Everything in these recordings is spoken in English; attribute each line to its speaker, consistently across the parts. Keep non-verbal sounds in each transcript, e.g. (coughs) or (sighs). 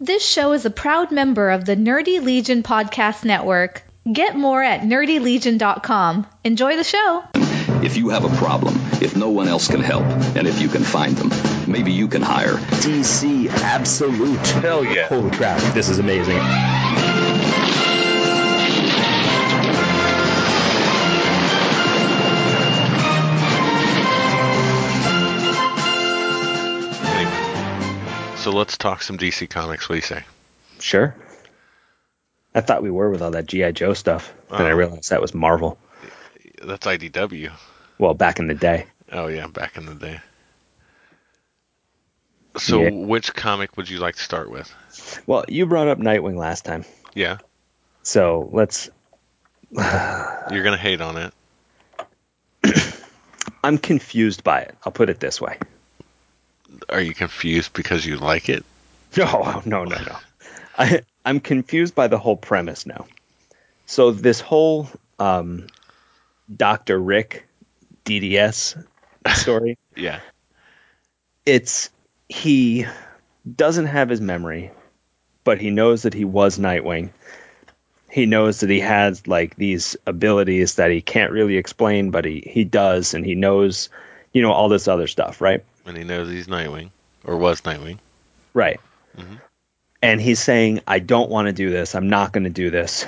Speaker 1: This show is a proud member of the Nerdy Legion Podcast Network. Get more at nerdylegion.com. Enjoy the show.
Speaker 2: If you have a problem, if no one else can help, and if you can find them, maybe you can hire
Speaker 3: DC Absolute.
Speaker 4: Hell yeah.
Speaker 3: Holy crap, this is amazing.
Speaker 4: Anyway. So let's talk some DC Comics, what do you say?
Speaker 3: Sure. I thought we were with all that G.I. Joe stuff, and I
Speaker 4: Oh.
Speaker 3: realized that was Marvel.
Speaker 4: That's IDW.
Speaker 3: Well, back in the day.
Speaker 4: Oh, yeah, back in the day. So
Speaker 3: Yeah.
Speaker 4: which comic would you like to start with?
Speaker 3: Well, you brought up Nightwing last time,
Speaker 4: Yeah,
Speaker 3: so let's.
Speaker 4: you're going to hate on it.
Speaker 3: I'm confused by it. I'll put it this way.
Speaker 4: Are you confused because you like it?
Speaker 3: (laughs) No, no, no, no. (laughs) I, I'm confused by the whole premise now. So this whole um, Doctor Rick DDS story.
Speaker 4: Yeah.
Speaker 3: it's he doesn't have his memory, but he knows that he was Nightwing. He knows that he has like these abilities that he can't really explain, but he he does, and he knows, you know, all this other stuff, right?
Speaker 4: And he knows he's Nightwing, or was Nightwing.
Speaker 3: Right. And he's saying, I don't want to do this. I'm not going to do this.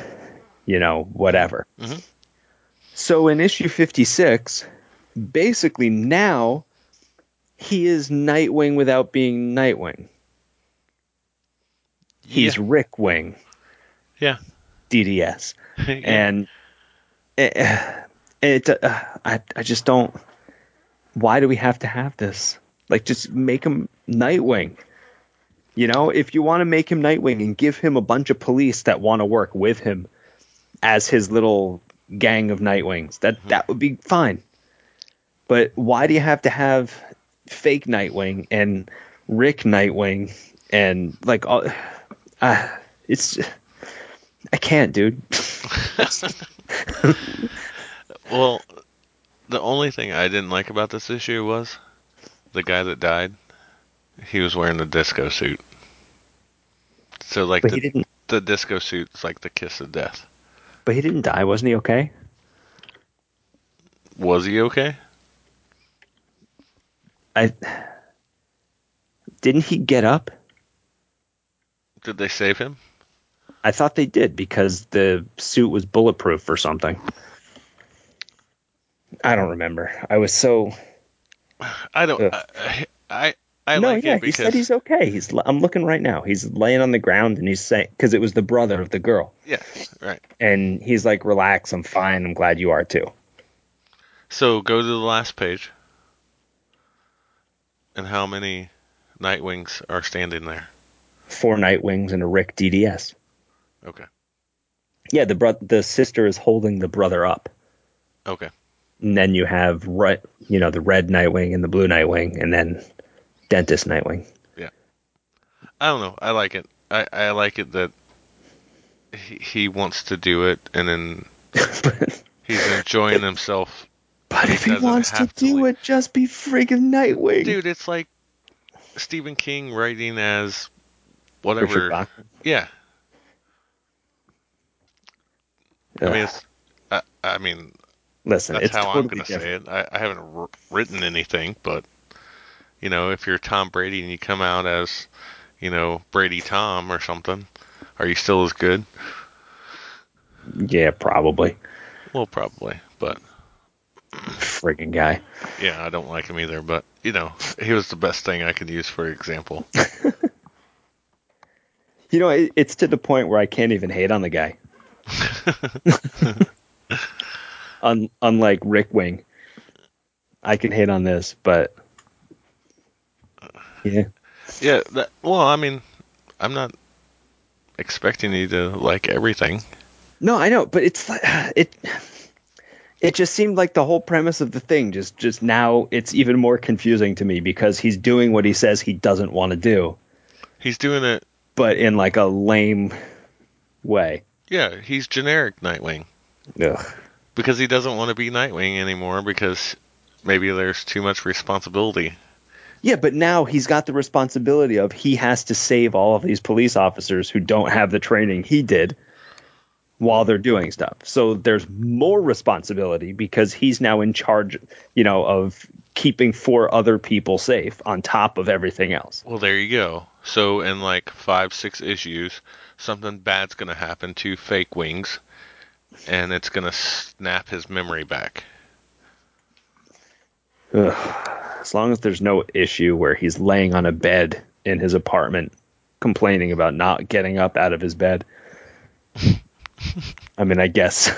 Speaker 3: You know, whatever.
Speaker 4: Mhm.
Speaker 3: So in issue 56, basically now he is Nightwing without being Nightwing. He's
Speaker 4: Yeah.
Speaker 3: Rick Wing,
Speaker 4: Yeah. (laughs)
Speaker 3: DDS.
Speaker 4: Yeah.
Speaker 3: And eh, it, uh, I, I just don't. Why do we have to have this? Like, just make him Nightwing. You know, if you want to make him Nightwing and give him a bunch of police that want to work with him as his little gang of Nightwings, that that would be fine. But why do you have to have fake Nightwing and Rick Nightwing and like all? Uh, it's I can't, dude.
Speaker 4: Well, the only thing I didn't like about this issue was the guy that died. He was wearing the disco suit. So like
Speaker 3: But he
Speaker 4: the,
Speaker 3: didn't-
Speaker 4: the disco suit's like the kiss of death.
Speaker 3: But he didn't die, wasn't he? Okay.
Speaker 4: Was he okay?
Speaker 3: I didn't he get up?
Speaker 4: Did they save him? (sighs)
Speaker 3: I thought they did because the suit was bulletproof or something. I don't remember. I was so
Speaker 4: I don't.
Speaker 3: Ugh.
Speaker 4: I I, I
Speaker 3: no.
Speaker 4: like
Speaker 3: yeah,
Speaker 4: it
Speaker 3: he
Speaker 4: because
Speaker 3: said he's okay. He's l- I'm looking right now. He's laying on the ground and he's saying because it was the brother of the girl
Speaker 4: yeah right.
Speaker 3: and he's like, "Relax, I'm fine. I'm glad you are too."
Speaker 4: So go to the last page. And how many Nightwings are standing there?
Speaker 3: Four Nightwings and a Rick DDS.
Speaker 4: Okay.
Speaker 3: Yeah, the bro- the sister is holding the brother up.
Speaker 4: Okay.
Speaker 3: and then you have right, you know, the red Nightwing and the blue Nightwing, and then Dentist Nightwing.
Speaker 4: I don't know. I like it. I, I like it that he, he wants to do it,
Speaker 3: (laughs)
Speaker 4: and then
Speaker 3: but
Speaker 4: he's enjoying himself.
Speaker 3: but
Speaker 4: He
Speaker 3: if he
Speaker 4: doesn't
Speaker 3: wants to
Speaker 4: have to
Speaker 3: do
Speaker 4: leave.
Speaker 3: it, just be friggin' Nightwing.
Speaker 4: Dude, it's like Stephen King writing as
Speaker 3: Richard
Speaker 4: whatever.
Speaker 3: Bach.
Speaker 4: Yeah. I
Speaker 3: Ugh.
Speaker 4: mean, it's, I, I mean
Speaker 3: listen,
Speaker 4: that's
Speaker 3: it's
Speaker 4: how I'm
Speaker 3: totally
Speaker 4: going to say
Speaker 3: different.
Speaker 4: it. I, I haven't r- written anything, but you know, if you're Tom Brady and you come out as you know Brady Tom or something, are you still as good?
Speaker 3: Yeah, probably.
Speaker 4: Well, probably, but.
Speaker 3: Friggin' guy.
Speaker 4: Yeah, I don't like him either, but you know, he was the best thing I could use
Speaker 3: (laughs)
Speaker 4: for example.
Speaker 3: You know, it, it's to the point where I can't even hate on the
Speaker 4: (laughs)
Speaker 3: guy. Un, unlike Rick Wing, I can hate on this, but
Speaker 4: Uh,
Speaker 3: yeah,
Speaker 4: yeah, that, well, I mean, I'm not expecting you to like everything.
Speaker 3: No, I know, but it's like (sighs) it. It just seemed like the whole premise of the thing just just now it's even more confusing to me because he's doing what he says he doesn't want to do,
Speaker 4: He's doing it.
Speaker 3: but in like a lame way.
Speaker 4: Yeah, he's generic Nightwing
Speaker 3: Ugh.
Speaker 4: because he doesn't want to be Nightwing anymore because maybe there's too much responsibility
Speaker 3: Yeah, but now he's got the responsibility of he has to save all of these police officers who don't have the training he did while they're doing stuff. So there's more responsibility because he's now in charge, you know, of keeping four other people safe on top of everything else.
Speaker 4: Well, there you go. So in like five, six issues, something bad's gonna happen to Fake Wings, and it's gonna snap his memory back.
Speaker 3: Ugh. As long as there's no issue where he's laying on a bed in his apartment complaining about not getting up out of his bed. I mean, I guess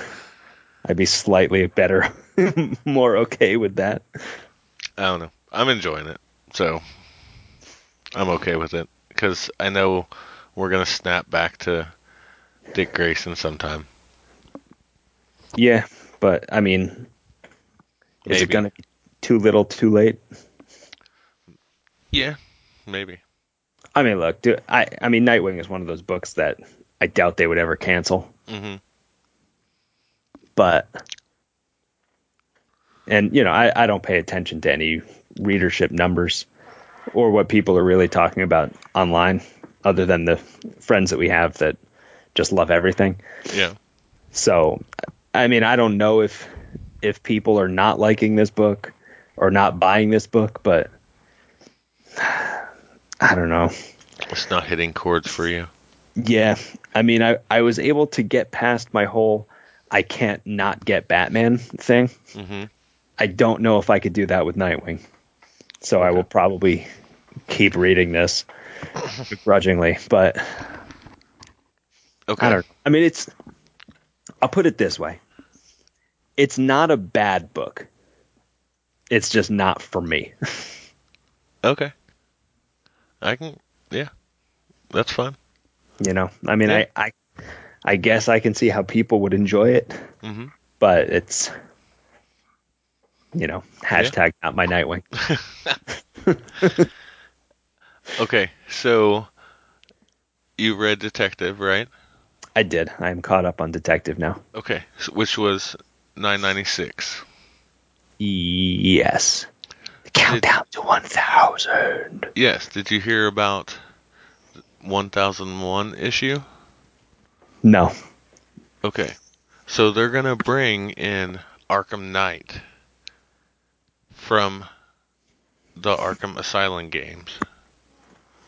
Speaker 3: I'd be slightly better, (laughs) more okay with that.
Speaker 4: I don't know. I'm enjoying it, so I'm okay with it because I know we're gonna snap back to Dick Grayson sometime.
Speaker 3: Yeah, but I mean, is
Speaker 4: Maybe.
Speaker 3: it gonna be too little, too late?
Speaker 4: Yeah, maybe.
Speaker 3: I mean, look, do, I I mean, Nightwing is one of those books that I doubt they would ever cancel.
Speaker 4: Mhm.
Speaker 3: But and you know, I I don't pay attention to any readership numbers or what people are really talking about online, other than the friends that we have that just love everything.
Speaker 4: Yeah.
Speaker 3: So, I mean, I don't know if if people are not liking this book or not buying this book, but (sighs) I don't know.
Speaker 4: It's not hitting chords for you.
Speaker 3: Yeah, I mean, I I was able to get past my whole I can't not get Batman thing. I don't know if I could do that with Nightwing, so I will probably keep reading this begrudgingly, but.
Speaker 4: Okay.
Speaker 3: I don't. I mean, it's. I'll put it this way. It's not a bad book. It's just not for me.
Speaker 4: Okay. I can. Yeah. That's fine.
Speaker 3: You know. I mean,
Speaker 4: Yeah.
Speaker 3: I, I. I guess I can see how people would enjoy it,
Speaker 4: Mhm.
Speaker 3: but it's. You know, hashtag not my Nightwing.
Speaker 4: Okay. So you read Detective, right?
Speaker 3: I did. I am caught up on Detective now.
Speaker 4: Okay. So, which was 996.
Speaker 3: Yes. Countdown to one thousand.
Speaker 4: Yes. Did you hear about 1001 issue?
Speaker 3: No.
Speaker 4: Okay. So they're going to bring in Arkham Knight from the Arkham Asylum games.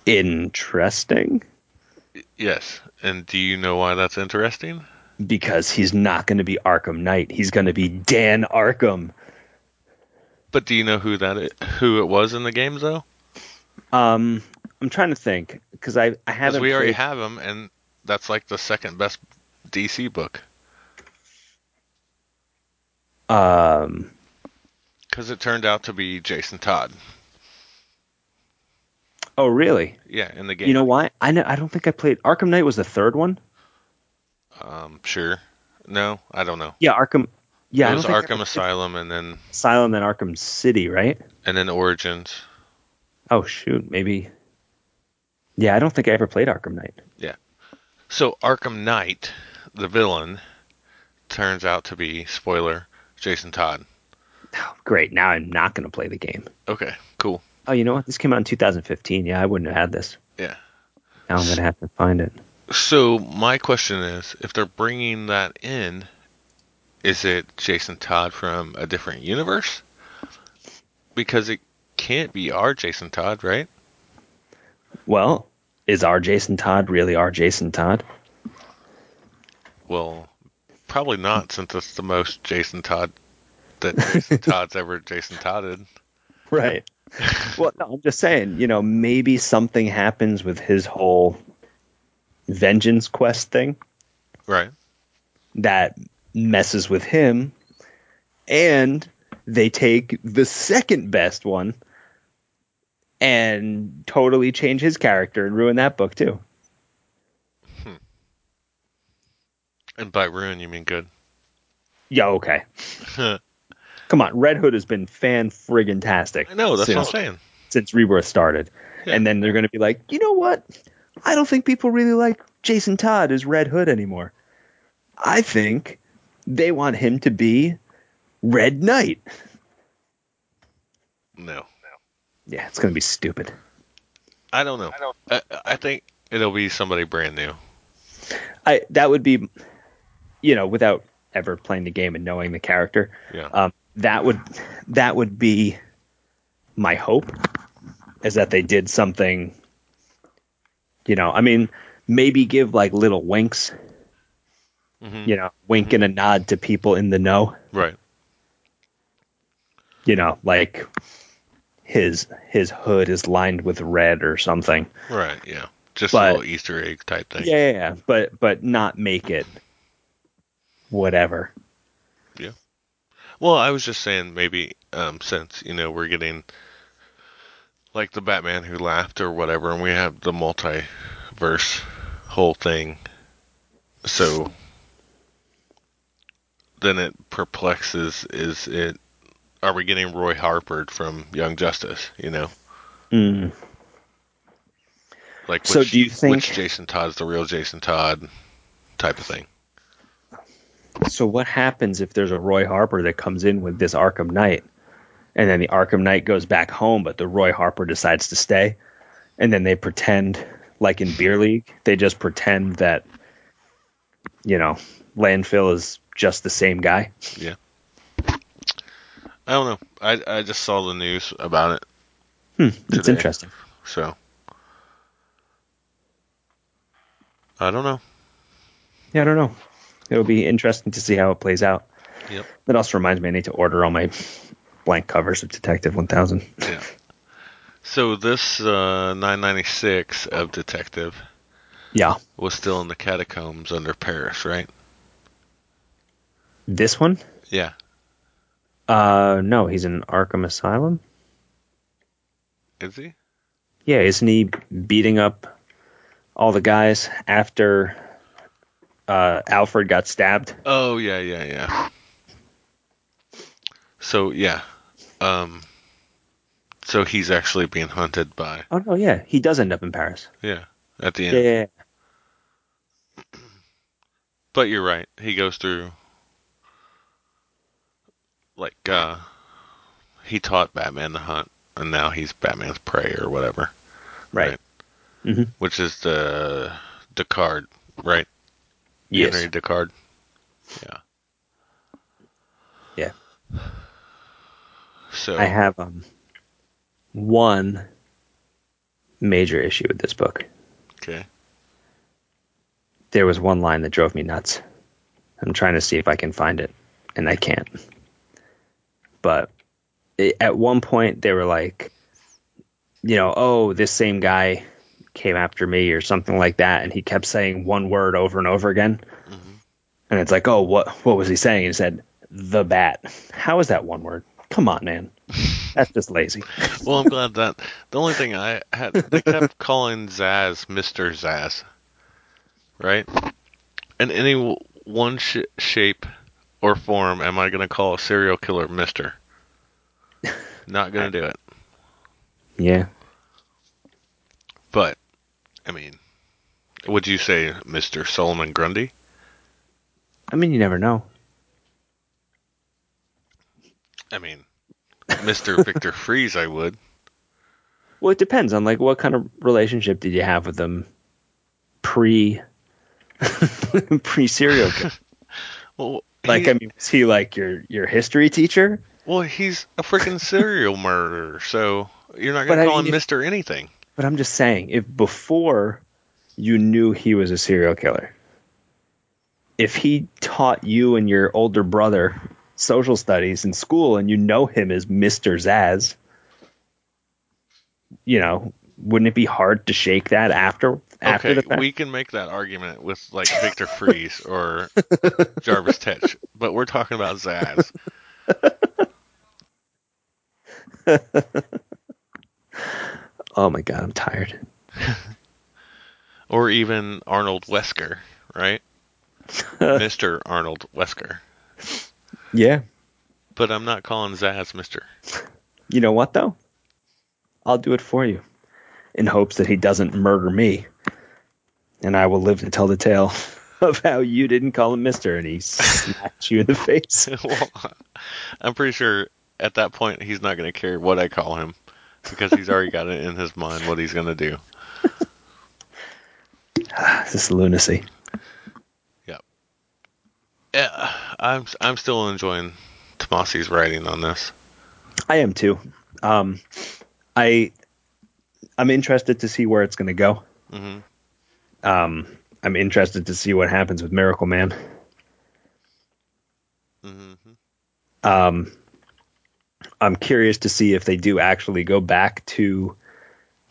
Speaker 3: Interesting.
Speaker 4: Yes. And do you know why that's interesting?
Speaker 3: because he's not going to be Arkham Knight. He's going to be Dan Arkham.
Speaker 4: But do you know who that i who it was in the games though?
Speaker 3: Um, I'm trying to think because I I
Speaker 4: Because
Speaker 3: haven't.
Speaker 4: we already
Speaker 3: played-
Speaker 4: have him, and that's like the second best DC book.
Speaker 3: Um,
Speaker 4: Because it turned out to be Jason Todd.
Speaker 3: oh really?
Speaker 4: Yeah, in the game.
Speaker 3: You know why? I know I don't think I played Arkham Knight was the third one.
Speaker 4: um, sure. No, I don't know.
Speaker 3: Yeah, Arkham. Yeah, I
Speaker 4: it
Speaker 3: don't
Speaker 4: was
Speaker 3: think I
Speaker 4: Arkham
Speaker 3: played
Speaker 4: Asylum, and then
Speaker 3: Asylum and Arkham City, right?
Speaker 4: and then Origins.
Speaker 3: Oh shoot, maybe. Yeah, I don't think I ever played Arkham Knight.
Speaker 4: So Arkham Knight, the villain, turns out to be spoiler Jason Todd.
Speaker 3: Oh, great. Now I'm not going to play the game.
Speaker 4: Okay, cool.
Speaker 3: Oh, you know what? This came out in 2015. Yeah, I wouldn't have had this.
Speaker 4: Yeah.
Speaker 3: Now I'm going to have to find it.
Speaker 4: So my question is, if they're bringing that in, is it Jason Todd from a different universe? Because it can't be our Jason Todd, right?
Speaker 3: Well, is our Jason Todd really our Jason Todd?
Speaker 4: Well, probably not, since it's the most Jason Todd that Jason Todd's ever Jason Todded.
Speaker 3: right (laughs) well no, i'm just saying you know maybe something happens with his whole vengeance quest thing
Speaker 4: Right.
Speaker 3: that messes with him and they take the second best one and totally change his character and ruin that book too
Speaker 4: And by ruin, you mean good.
Speaker 3: yeah
Speaker 4: (laughs)
Speaker 3: okay come on red hood has been fan friggin tastic
Speaker 4: I know, that's
Speaker 3: since,
Speaker 4: what I'm saying.
Speaker 3: since rebirth started
Speaker 4: Yeah.
Speaker 3: and then they're going to be like you know what i don't think people really like jason todd as red hood anymore i think they want him to be red knight
Speaker 4: No.
Speaker 3: Yeah, it's gonna be stupid.
Speaker 4: I don't know. I, I, think it'll be somebody brand new.
Speaker 3: I that would be, you know, without ever playing the game and knowing the character,
Speaker 4: Yeah.
Speaker 3: um, that would that would be my hope is that they did something. You know, I mean, maybe give like little winks. You know, wink and a nod to people in the know.
Speaker 4: Mm-hmm. right.
Speaker 3: You know, like his his hood is lined with red or something.
Speaker 4: Right. Yeah. Just
Speaker 3: But-
Speaker 4: a little Easter egg type thing.
Speaker 3: Yeah, yeah, yeah, but but not make it whatever.
Speaker 4: Well, I was just saying maybe um, since you know we're getting like the Batman who laughed or whatever, and we have the multiverse whole thing, so then it perplexes: is it are we getting Roy Harper from Young Justice? You know,
Speaker 3: Mm.
Speaker 4: like which,
Speaker 3: So do you think-
Speaker 4: which Jason Todd's the real Jason Todd type of thing?
Speaker 3: So what happens if there's a Roy Harper that comes in with this Arkham Knight, and then the Arkham Knight goes back home, but the Roy Harper decides to stay, and then they pretend, like in Beer League, they just pretend that, you know, landfill is just the same guy.
Speaker 4: Yeah. I don't know. I I just saw the news about it.
Speaker 3: It's
Speaker 4: Today.
Speaker 3: interesting.
Speaker 4: So I don't know.
Speaker 3: Yeah, I don't know. It'll be interesting to see how it plays out.
Speaker 4: Yep.
Speaker 3: That also reminds me, I need to order all my blank covers of Detective One Thousand.
Speaker 4: Yeah. So this uh, 996 of Detective
Speaker 3: Yeah.
Speaker 4: was still in the catacombs under Paris, right?
Speaker 3: This one?
Speaker 4: Yeah.
Speaker 3: Uh, no, he's in Arkham Asylum.
Speaker 4: Is he?
Speaker 3: Yeah, isn't he beating up all the guys after uh, Alfred got stabbed?
Speaker 4: Oh yeah, yeah, yeah. So yeah. Um. So he's actually being hunted by
Speaker 3: Oh no, yeah, he does end up in Paris.
Speaker 4: yeah at the
Speaker 3: Yeah,
Speaker 4: end.
Speaker 3: yeah, yeah.
Speaker 4: But you're right. He goes through like uh he taught Batman to hunt and now he's Batman's prey or whatever,
Speaker 3: right.
Speaker 4: which is the Descartes, right?
Speaker 3: Yes.
Speaker 4: Henry Descartes. Yeah.
Speaker 3: Yeah.
Speaker 4: So
Speaker 3: I have um one major issue with this book.
Speaker 4: okay.
Speaker 3: There was one line that drove me nuts. I'm trying to see if I can find it, and I can't. But it, at one point, they were like, you know, oh, this same guy came after me or something like that, and he kept saying one word over and over again. And it's like, oh, what what was he saying? He said the bat. How is that one word? Come on, man. That's just lazy.
Speaker 4: Well, I'm glad that the only thing I had they kept calling Zaz Mister Zaz, right? In any w- one sh- shape or form, am I going to call a serial killer Mister? Not going to do it.
Speaker 3: Yeah.
Speaker 4: But I mean, would you say Mister Solomon Grundy?
Speaker 3: I mean, you never know.
Speaker 4: I mean, Mister
Speaker 3: (laughs)
Speaker 4: Victor Freeze? I would.
Speaker 3: Well, it depends on like what kind of relationship did you have with them pre (laughs) pre serial.
Speaker 4: (laughs) Well,
Speaker 3: like,
Speaker 4: he-
Speaker 3: I mean, was he like your your history teacher?
Speaker 4: well, he's a freaking serial murderer, so you're not
Speaker 3: But
Speaker 4: going to
Speaker 3: I
Speaker 4: call
Speaker 3: mean,
Speaker 4: him
Speaker 3: if-
Speaker 4: Mister anything.
Speaker 3: But I'm just saying, if before you knew he was a serial killer, if he taught you and your older brother social studies in school, and you know him as Mister Zaz, you know, wouldn't it be hard to shake that after after
Speaker 4: okay,
Speaker 3: the fact?
Speaker 4: we can make that argument with like Victor Freeze or
Speaker 3: (laughs)
Speaker 4: Jarvis Tetch, but we're talking about Zaz.
Speaker 3: oh my god, I'm tired.
Speaker 4: or even Arnold Wesker,
Speaker 3: (laughs)
Speaker 4: right? Mr. Arnold Wesker.
Speaker 3: Yeah.
Speaker 4: But I'm not calling Zaz (laughs) Mr.
Speaker 3: You know what though? I'll do it for you, in hopes that he doesn't murder me, and I will live to tell the tale (laughs) of how you didn't call him Mister and he smacked you in the face.
Speaker 4: (laughs) well, I'm pretty sure at that point he's not going to care what I call him. because he's already got it in his mind what he's gonna do.
Speaker 3: This is lunacy.
Speaker 4: Yep. Yeah, I'm I'm still enjoying Tomasi's writing on this.
Speaker 3: I am too. Um, I I'm interested to see where it's going to go.
Speaker 4: Mm-hmm.
Speaker 3: Um, I'm interested to see what happens with Miracle Man.
Speaker 4: Mm-hmm.
Speaker 3: Um, I'm curious to see if they do actually go back to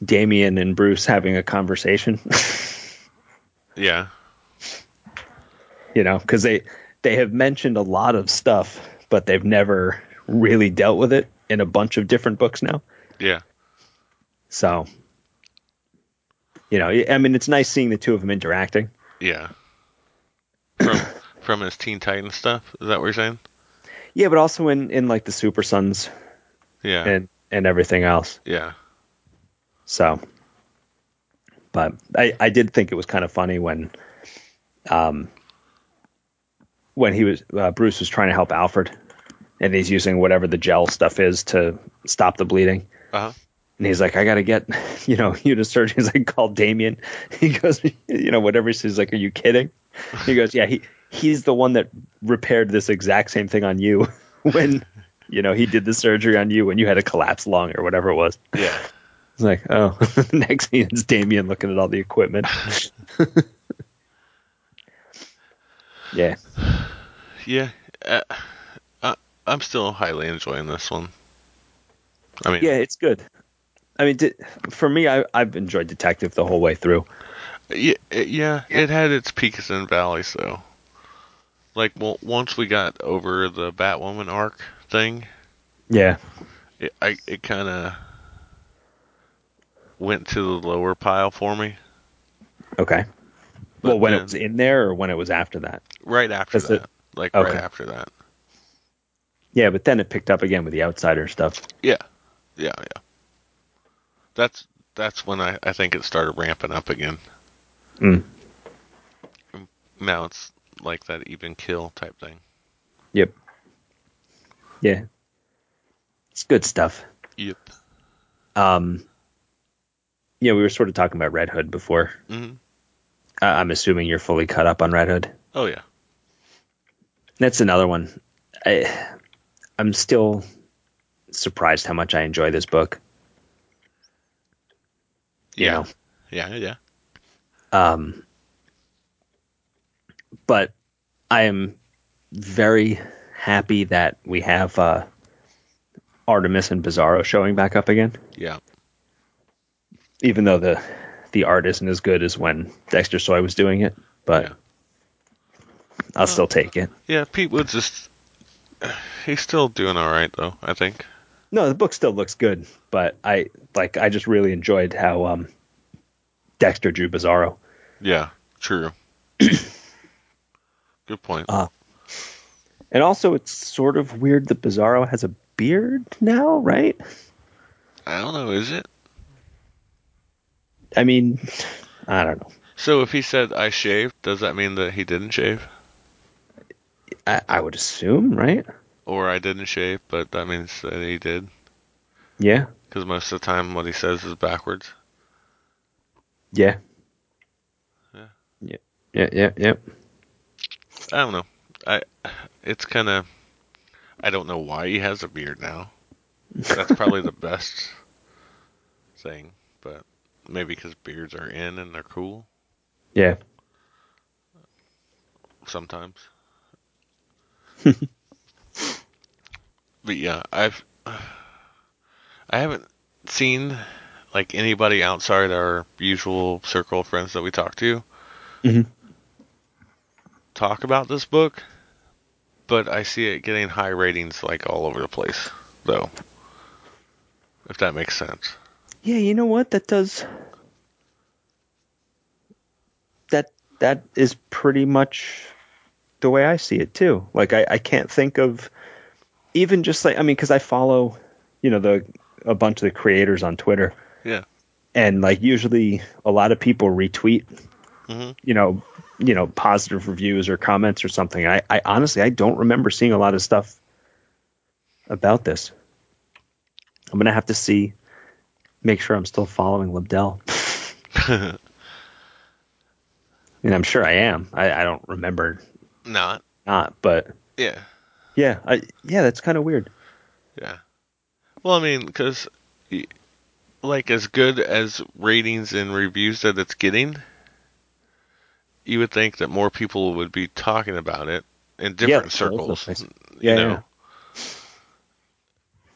Speaker 3: Damien and Bruce having a conversation.
Speaker 4: Yeah.
Speaker 3: you know, because they they have mentioned a lot of stuff, but they've never really dealt with it in a bunch of different books now.
Speaker 4: Yeah.
Speaker 3: So, you know, I mean, it's nice seeing the two of them interacting.
Speaker 4: Yeah. From (coughs) from his Teen Titan stuff, is that what you're saying?
Speaker 3: Yeah, but also in in like the Super Sons
Speaker 4: Yeah.
Speaker 3: and and everything else.
Speaker 4: yeah.
Speaker 3: So, but I I did think it was kind of funny when, um, when he was uh, Bruce was trying to help Alfred, and he's using whatever the gel stuff is to stop the bleeding.
Speaker 4: Uh huh.
Speaker 3: And he's like, I gotta get, (laughs) you know, you to surgery. He's like, call Damien. (laughs) He goes, you know, whatever. He's like, are you kidding? He goes, yeah, he he's the one that repaired this exact same thing on you (laughs) when, you know, he did the surgery on you when you had a collapsed lung or whatever it was.
Speaker 4: Yeah.
Speaker 3: It's like, oh, (laughs) next thing is Damien looking at all the equipment. (laughs) yeah,
Speaker 4: Yeah. Uh, I, I'm still highly enjoying this one. I mean,
Speaker 3: yeah, it's good. I mean, de- for me, I, I've enjoyed Detective the whole way through.
Speaker 4: Yeah, it, yeah, it had its peaks and valleys though. Like well, once we got over the Batwoman arc thing,
Speaker 3: Yeah,
Speaker 4: it, I it kind of went to the lower pile for me.
Speaker 3: okay.
Speaker 4: But
Speaker 3: well, when
Speaker 4: then-
Speaker 3: it was in there or when it was after that?
Speaker 4: Right after
Speaker 3: Is
Speaker 4: that,
Speaker 3: it-
Speaker 4: like
Speaker 3: okay.
Speaker 4: right after that.
Speaker 3: Yeah, but then it picked up again with the outsider stuff.
Speaker 4: Yeah, yeah, yeah. That's that's when I I think it started ramping up again.
Speaker 3: Mm.
Speaker 4: Now it's like that even kill type thing.
Speaker 3: Yep. Yeah. It's good stuff.
Speaker 4: Yep.
Speaker 3: Um, yeah, we were sort of talking about Red Hood before.
Speaker 4: Mhm.
Speaker 3: Uh, I'm assuming you're fully caught up on Red Hood.
Speaker 4: Oh yeah.
Speaker 3: That's another one. I, I'm still surprised how much I enjoy this book. You
Speaker 4: Yeah.
Speaker 3: know.
Speaker 4: Yeah. Yeah.
Speaker 3: Um, but I am very happy that we have uh, Artemis and Bizarro showing back up again,
Speaker 4: Yeah.
Speaker 3: even though the the art isn't as good as when Dexter Soy was doing it. But
Speaker 4: Yeah.
Speaker 3: I'll still take it.
Speaker 4: Yeah, Pete Woods is. (sighs) He's still doing all right, though. I think.
Speaker 3: No, the book still looks good, but I like I just really enjoyed how um, Dexter drew Bizarro.
Speaker 4: Yeah, true. (coughs) Good point.
Speaker 3: Uh, And also, it's sort of weird that Bizarro has a beard now, right?
Speaker 4: I don't know. Is it?
Speaker 3: I mean, I don't know.
Speaker 4: So if he said I shaved, does that mean that he didn't shave,
Speaker 3: I, I would assume, right?
Speaker 4: or I didn't shave, but that means that he did?
Speaker 3: Yeah,
Speaker 4: Because most of the time, what he says is backwards.
Speaker 3: yeah,
Speaker 4: Yeah.
Speaker 3: yeah, yeah, yeah. yeah.
Speaker 4: I don't know. I. It's kind of. I don't know why he has a beard now. That's probably the best thing, but maybe because beards are in and they're cool.
Speaker 3: yeah.
Speaker 4: sometimes. but yeah, I've I haven't seen like anybody outside our usual circle of friends that we talk to
Speaker 3: Mhm.
Speaker 4: talk about this book, but I see it getting high ratings like all over the place, though. If that makes sense.
Speaker 3: Yeah, you know what? That does. That that is pretty much the way I see it too. Like I, I can't think of even just like I mean because I follow you know the a bunch of the creators on Twitter
Speaker 4: Yeah.
Speaker 3: and like usually a lot of people retweet
Speaker 4: Mhm.
Speaker 3: you know you know positive reviews or comments or something. I, I honestly I don't remember seeing a lot of stuff about this. I'm gonna have to see make sure I'm still following
Speaker 4: (laughs)
Speaker 3: Libdell. and I'm sure I am. I, I don't remember
Speaker 4: Not.
Speaker 3: not, but
Speaker 4: Yeah.
Speaker 3: yeah, I, yeah, that's kind of weird.
Speaker 4: Yeah. Well, I mean, because like as good as ratings and reviews that it's getting, you would think that more people would be talking about it in different
Speaker 3: yeah,
Speaker 4: circles.
Speaker 3: that's nice.
Speaker 4: you
Speaker 3: Yeah,
Speaker 4: know,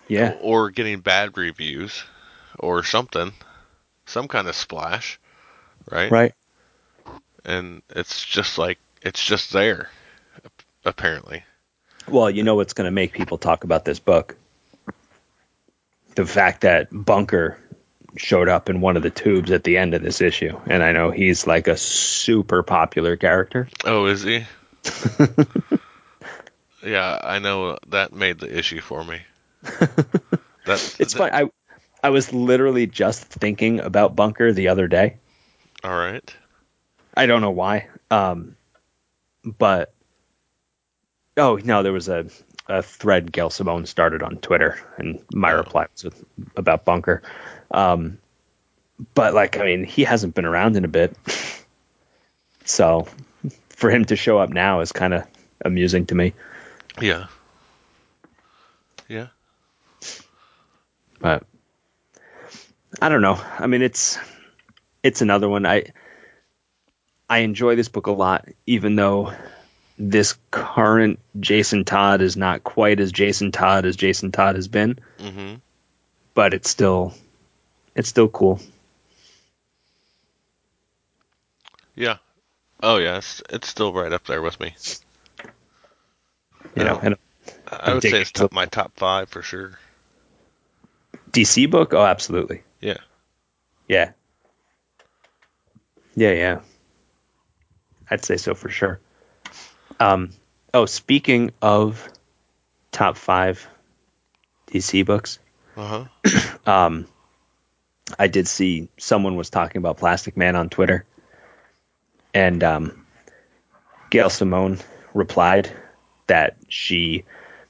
Speaker 3: yeah, yeah.
Speaker 4: Or getting bad reviews or something, some kind of splash, right?
Speaker 3: Right.
Speaker 4: And it's just like it's just there, ap- apparently.
Speaker 3: Well, you know what's going to make people talk about this book? The fact that Bunker showed up in one of the tubes at the end of this issue. And I know he's like a super popular character.
Speaker 4: Oh, is he? (laughs) yeah, I know that made the issue for (laughs) me. That
Speaker 3: It's fun. I I was literally just thinking about Bunker the other day.
Speaker 4: All right.
Speaker 3: I don't know why. Um, but oh no, there was a, a thread Gail Simone started on Twitter, and my reply was with, about Bunker. Um, but like, I mean, he hasn't been around in a bit, (laughs) so for him to show up now is kind of amusing to me.
Speaker 4: Yeah. Yeah.
Speaker 3: but I don't know. I mean, it's it's another one. I I enjoy this book a lot, even though this current Jason Todd is not quite as Jason Todd as Jason Todd has been,
Speaker 4: Mhm.
Speaker 3: but it's still it's still cool.
Speaker 4: Yeah. Oh yeah, it's, it's still right up there with me.
Speaker 3: You know,
Speaker 4: Yeah.
Speaker 3: and
Speaker 4: I would say it's
Speaker 3: Ridiculous.
Speaker 4: top, my top five for sure.
Speaker 3: a DC book? Oh, absolutely.
Speaker 4: Yeah.
Speaker 3: Yeah. Yeah, yeah. I'd say so for sure. Um, oh, speaking of top five DC books,
Speaker 4: Uh huh.
Speaker 3: I did see someone was talking about Plastic Man on Twitter, and um, Gail Simone replied that she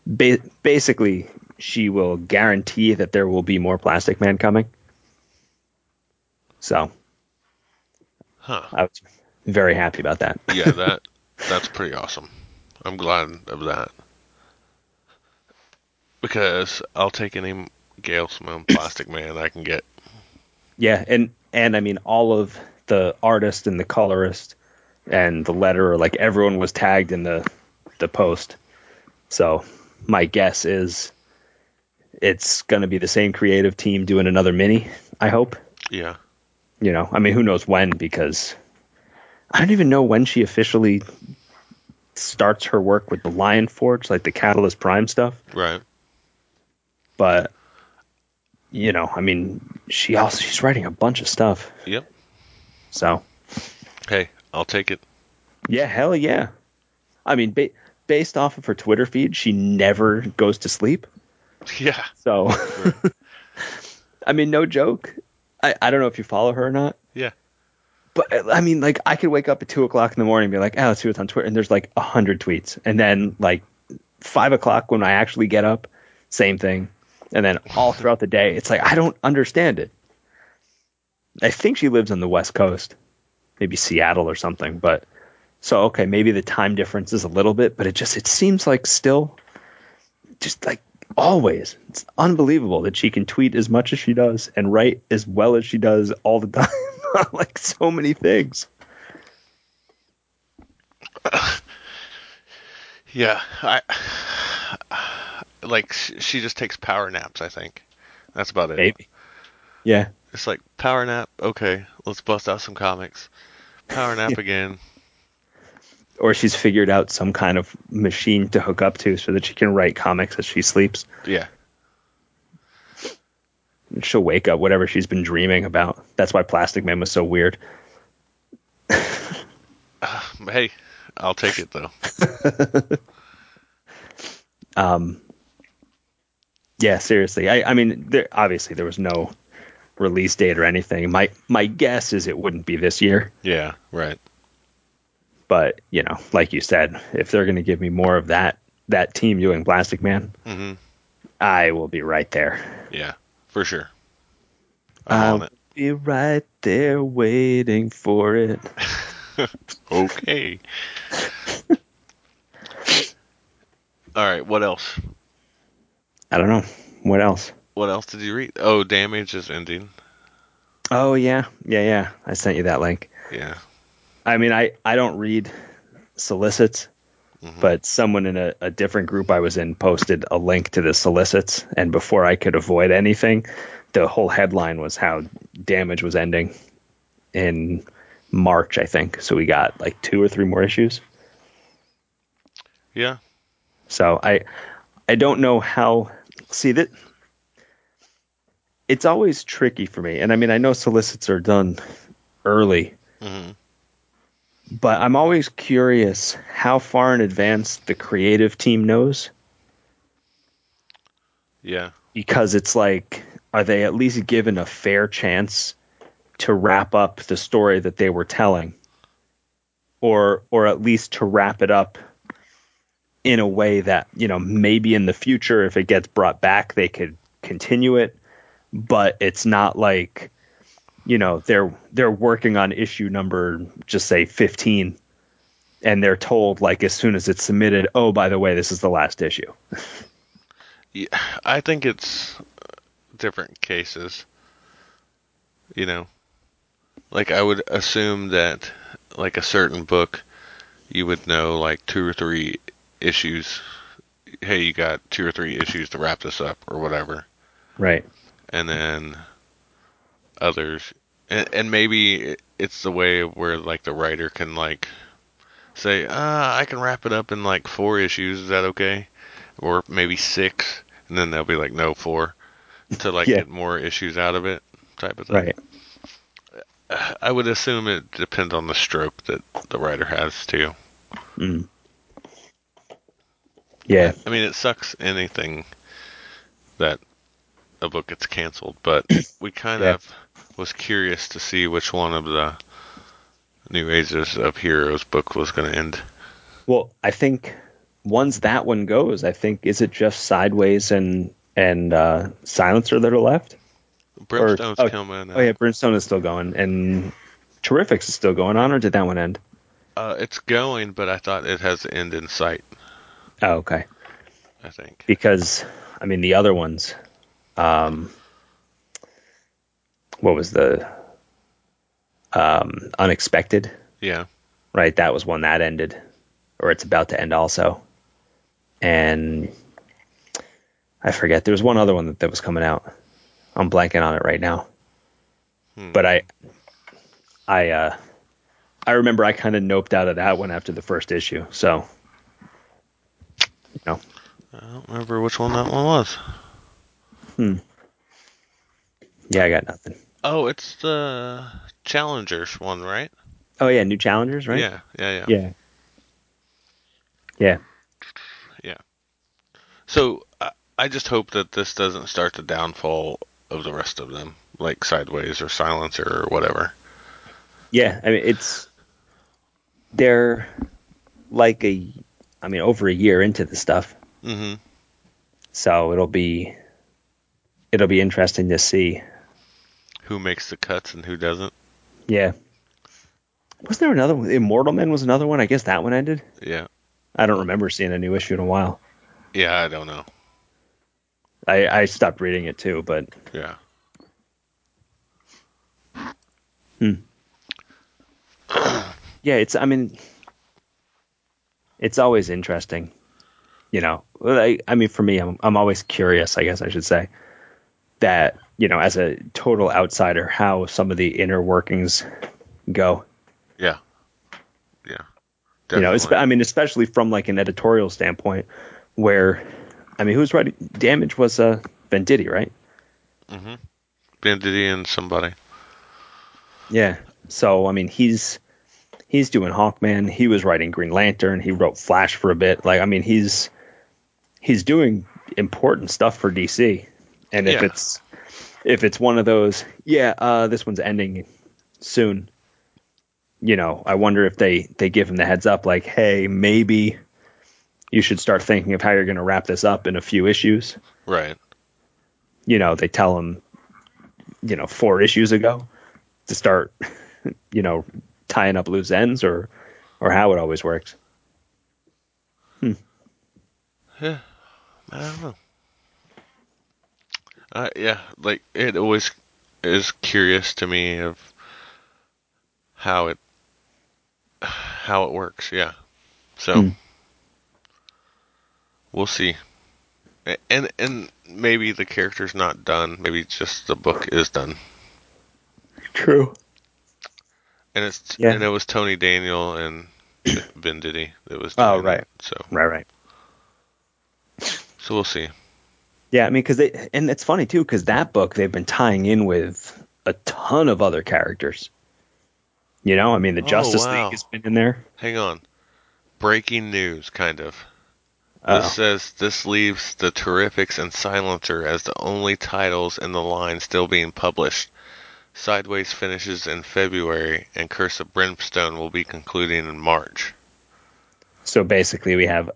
Speaker 3: ba- basically she will guarantee that there will be more Plastic Man coming. So
Speaker 4: Huh.
Speaker 3: I was very happy about that.
Speaker 4: Yeah. That that's pretty awesome. I'm glad of that because I'll take any Gale Simone Plastic Man I can get.
Speaker 3: Yeah, and and I mean all of the artist and the colorist and the letterer, like everyone was tagged in the the post. So my guess is it's going to be the same creative team doing another mini. I hope.
Speaker 4: Yeah.
Speaker 3: You know, I mean, who knows when? Because I don't even know when she officially starts her work with the Lion Forge, like the Catalyst Prime stuff
Speaker 4: Right.
Speaker 3: but you know, I mean, she also she's writing a bunch of stuff.
Speaker 4: Yep.
Speaker 3: So
Speaker 4: Hey, I'll take it.
Speaker 3: yeah, hell yeah. I mean, ba- based off of her Twitter feed, she never goes to sleep.
Speaker 4: Yeah.
Speaker 3: So (laughs) I mean, no joke. I I don't know if you follow her or not,
Speaker 4: Yeah.
Speaker 3: but I mean, like I could wake up at two o'clock in the morning and be like, oh, let's see what's on Twitter, and there's like a hundred tweets, and then like five o'clock when I actually get up, same thing, and then all throughout the day, it's like I don't understand it. I think she lives on the West Coast, maybe Seattle or something, but so okay, maybe the time difference is a little bit, but it just it seems like still, just like always, it's unbelievable that she can tweet as much as she does and write as well as she does all the (laughs) time. on, like so many things.
Speaker 4: Yeah, I (sighs) like sh- she just takes power naps. I think that's about it.
Speaker 3: Maybe. Yeah.
Speaker 4: It's like power nap. Okay, let's bust out some comics. Power (laughs) nap again.
Speaker 3: Or she's figured out some kind of machine to hook up to so that she can write comics as she sleeps.
Speaker 4: Yeah,
Speaker 3: And She'll wake up whatever she's been dreaming about. That's why Plastic Man was so weird.
Speaker 4: (sighs) hey, I'll take it though.
Speaker 3: Yeah, seriously. I, I mean, there, obviously there was no release date or anything. My my guess is it wouldn't be this year,
Speaker 4: Yeah, right.
Speaker 3: but you know, like you said, if they're going to give me more of that that team doing
Speaker 4: Mm-hmm.
Speaker 3: Plastic Man, I will be right there.
Speaker 4: Yeah, for sure. I'm
Speaker 3: I'll
Speaker 4: on it.
Speaker 3: be right there waiting for it.
Speaker 4: Okay. (laughs) All right. What else?
Speaker 3: I don't know. What else?
Speaker 4: What else did you read? Oh, damage is ending.
Speaker 3: Oh yeah, yeah, yeah. I sent you that link.
Speaker 4: Yeah.
Speaker 3: I mean, I I don't read solicits, but someone in a, a different group I was in posted a link to the solicits, and before I could avoid anything, the whole headline was how damage was ending in March, I think. So we got like two or three more issues.
Speaker 4: Yeah.
Speaker 3: So I I don't know how see that it's always tricky for me. And I mean I know solicits are done early.
Speaker 4: Mm-hmm.
Speaker 3: But I'm always curious how far in advance the creative team knows
Speaker 4: Yeah.
Speaker 3: because it's like are they at least given a fair chance to wrap up the story that they were telling or or at least to wrap it up in a way that you know maybe in the future if it gets brought back they could continue it but it's not like you know they're they're working on issue number just say 15 and they're told like as soon as it's submitted oh by the way this is the last issue
Speaker 4: Yeah, I think it's different cases. You know, like I would assume that, like a certain book, you would know like two or three issues. Hey, you got two or three issues to wrap this up, or whatever.
Speaker 3: right
Speaker 4: And then others, and, and maybe it- it's the way where like the writer can like say, ah, I can wrap it up in like four issues. Is that okay? Or maybe six, and then they'll be like, no, four, to
Speaker 3: (laughs)
Speaker 4: like
Speaker 3: Yeah.
Speaker 4: get more issues out of it, type of thing.
Speaker 3: right
Speaker 4: I would assume it depends on the stroke that the writer has too.
Speaker 3: Mm. yeah
Speaker 4: I mean, it sucks anything that a book gets canceled,
Speaker 3: (clears throat)
Speaker 4: but we kind
Speaker 3: Yeah.
Speaker 4: of was curious to see which one of the New Ages of Heroes book was going to end.
Speaker 3: Well, I think once that one goes, I think is it just Sideways and and uh, Silencer that are left?
Speaker 4: Brimstone's
Speaker 3: oh,
Speaker 4: coming.
Speaker 3: Oh yeah, Brimstone is still going, and Terrifics is still going on, or did that one end?
Speaker 4: Uh, it's going, but I thought it has an end in sight.
Speaker 3: Oh, okay.
Speaker 4: I think.
Speaker 3: Because I mean, the other ones, um, what was the um, unexpected?
Speaker 4: Yeah.
Speaker 3: Right, that was one that ended, or it's about to end also, and I forget. There was one other one that, that was coming out. I'm blanking on it right now.
Speaker 4: Hmm.
Speaker 3: But I, I, uh, I remember I kind of noped out of that one after the first issue. So, you know,
Speaker 4: I don't remember which one that one was.
Speaker 3: yeah, I got nothing.
Speaker 4: Oh, it's the Challengers one, right?
Speaker 3: Oh yeah, new challengers, right?
Speaker 4: Yeah, yeah, yeah.
Speaker 3: yeah, yeah.
Speaker 4: So I, I just hope that this doesn't start the downfall of the rest of them, like Sideways or Silencer or whatever.
Speaker 3: Yeah, I mean it's they're like a I mean over a year into the stuff.
Speaker 4: Mhm.
Speaker 3: So it'll be it'll be interesting to see.
Speaker 4: Who makes the cuts and who doesn't?
Speaker 3: Yeah. Was there another one? Immortal Men was another one. I guess that one ended.
Speaker 4: Yeah,
Speaker 3: I don't remember seeing a new issue in a while.
Speaker 4: yeah. I don't know.
Speaker 3: I, I stopped reading it too, but
Speaker 4: Yeah.
Speaker 3: yeah, it's I mean it's always interesting. You know, Well, I, I mean for me I'm I'm always curious, I guess I should say, that, you know, as a total outsider how some of the inner workings go.
Speaker 4: Yeah. Yeah.
Speaker 3: you know it's,
Speaker 4: Definitely.
Speaker 3: i mean especially from like an editorial standpoint where i mean who's writing damage was uh venditti right
Speaker 4: Banditti and somebody.
Speaker 3: yeah so i mean he's he's doing hawkman he was writing green lantern he wrote flash for a bit like i mean he's he's doing important stuff for dc and if
Speaker 4: Yeah.
Speaker 3: it's if it's one of those yeah uh this one's ending soon you know i wonder if they they give him the heads up like hey maybe you should start thinking of how you're going to wrap this up in a few issues
Speaker 4: Right.
Speaker 3: you know, they tell him you know four issues ago to start (laughs) you know tying up loose ends or or how it always works.
Speaker 4: I don't know. Uh, yeah, like it always is curious to me of how it how it works. Yeah, so
Speaker 3: Hmm.
Speaker 4: we'll see. A- And and maybe the character's not done. Maybe it's just the book is done.
Speaker 3: True.
Speaker 4: And it's
Speaker 3: Yeah.
Speaker 4: and it was Tony Daniel and (coughs) Venditti that was.
Speaker 3: Oh,
Speaker 4: doing
Speaker 3: right.
Speaker 4: it, So
Speaker 3: Right, right.
Speaker 4: so we'll see.
Speaker 3: Yeah, I mean, because they and it's funny too because that book they've been tying in with a ton of other characters. You know, I mean, the
Speaker 4: Oh,
Speaker 3: Justice
Speaker 4: wow.
Speaker 3: League has been in there.
Speaker 4: Hang on. Breaking news, kind of.
Speaker 3: Uh,
Speaker 4: This says this leaves the Terrifics and Silencer as the only titles in the line still being published. Sideways finishes in February, and Curse of Brimstone will be concluding in March.
Speaker 3: so basically, we have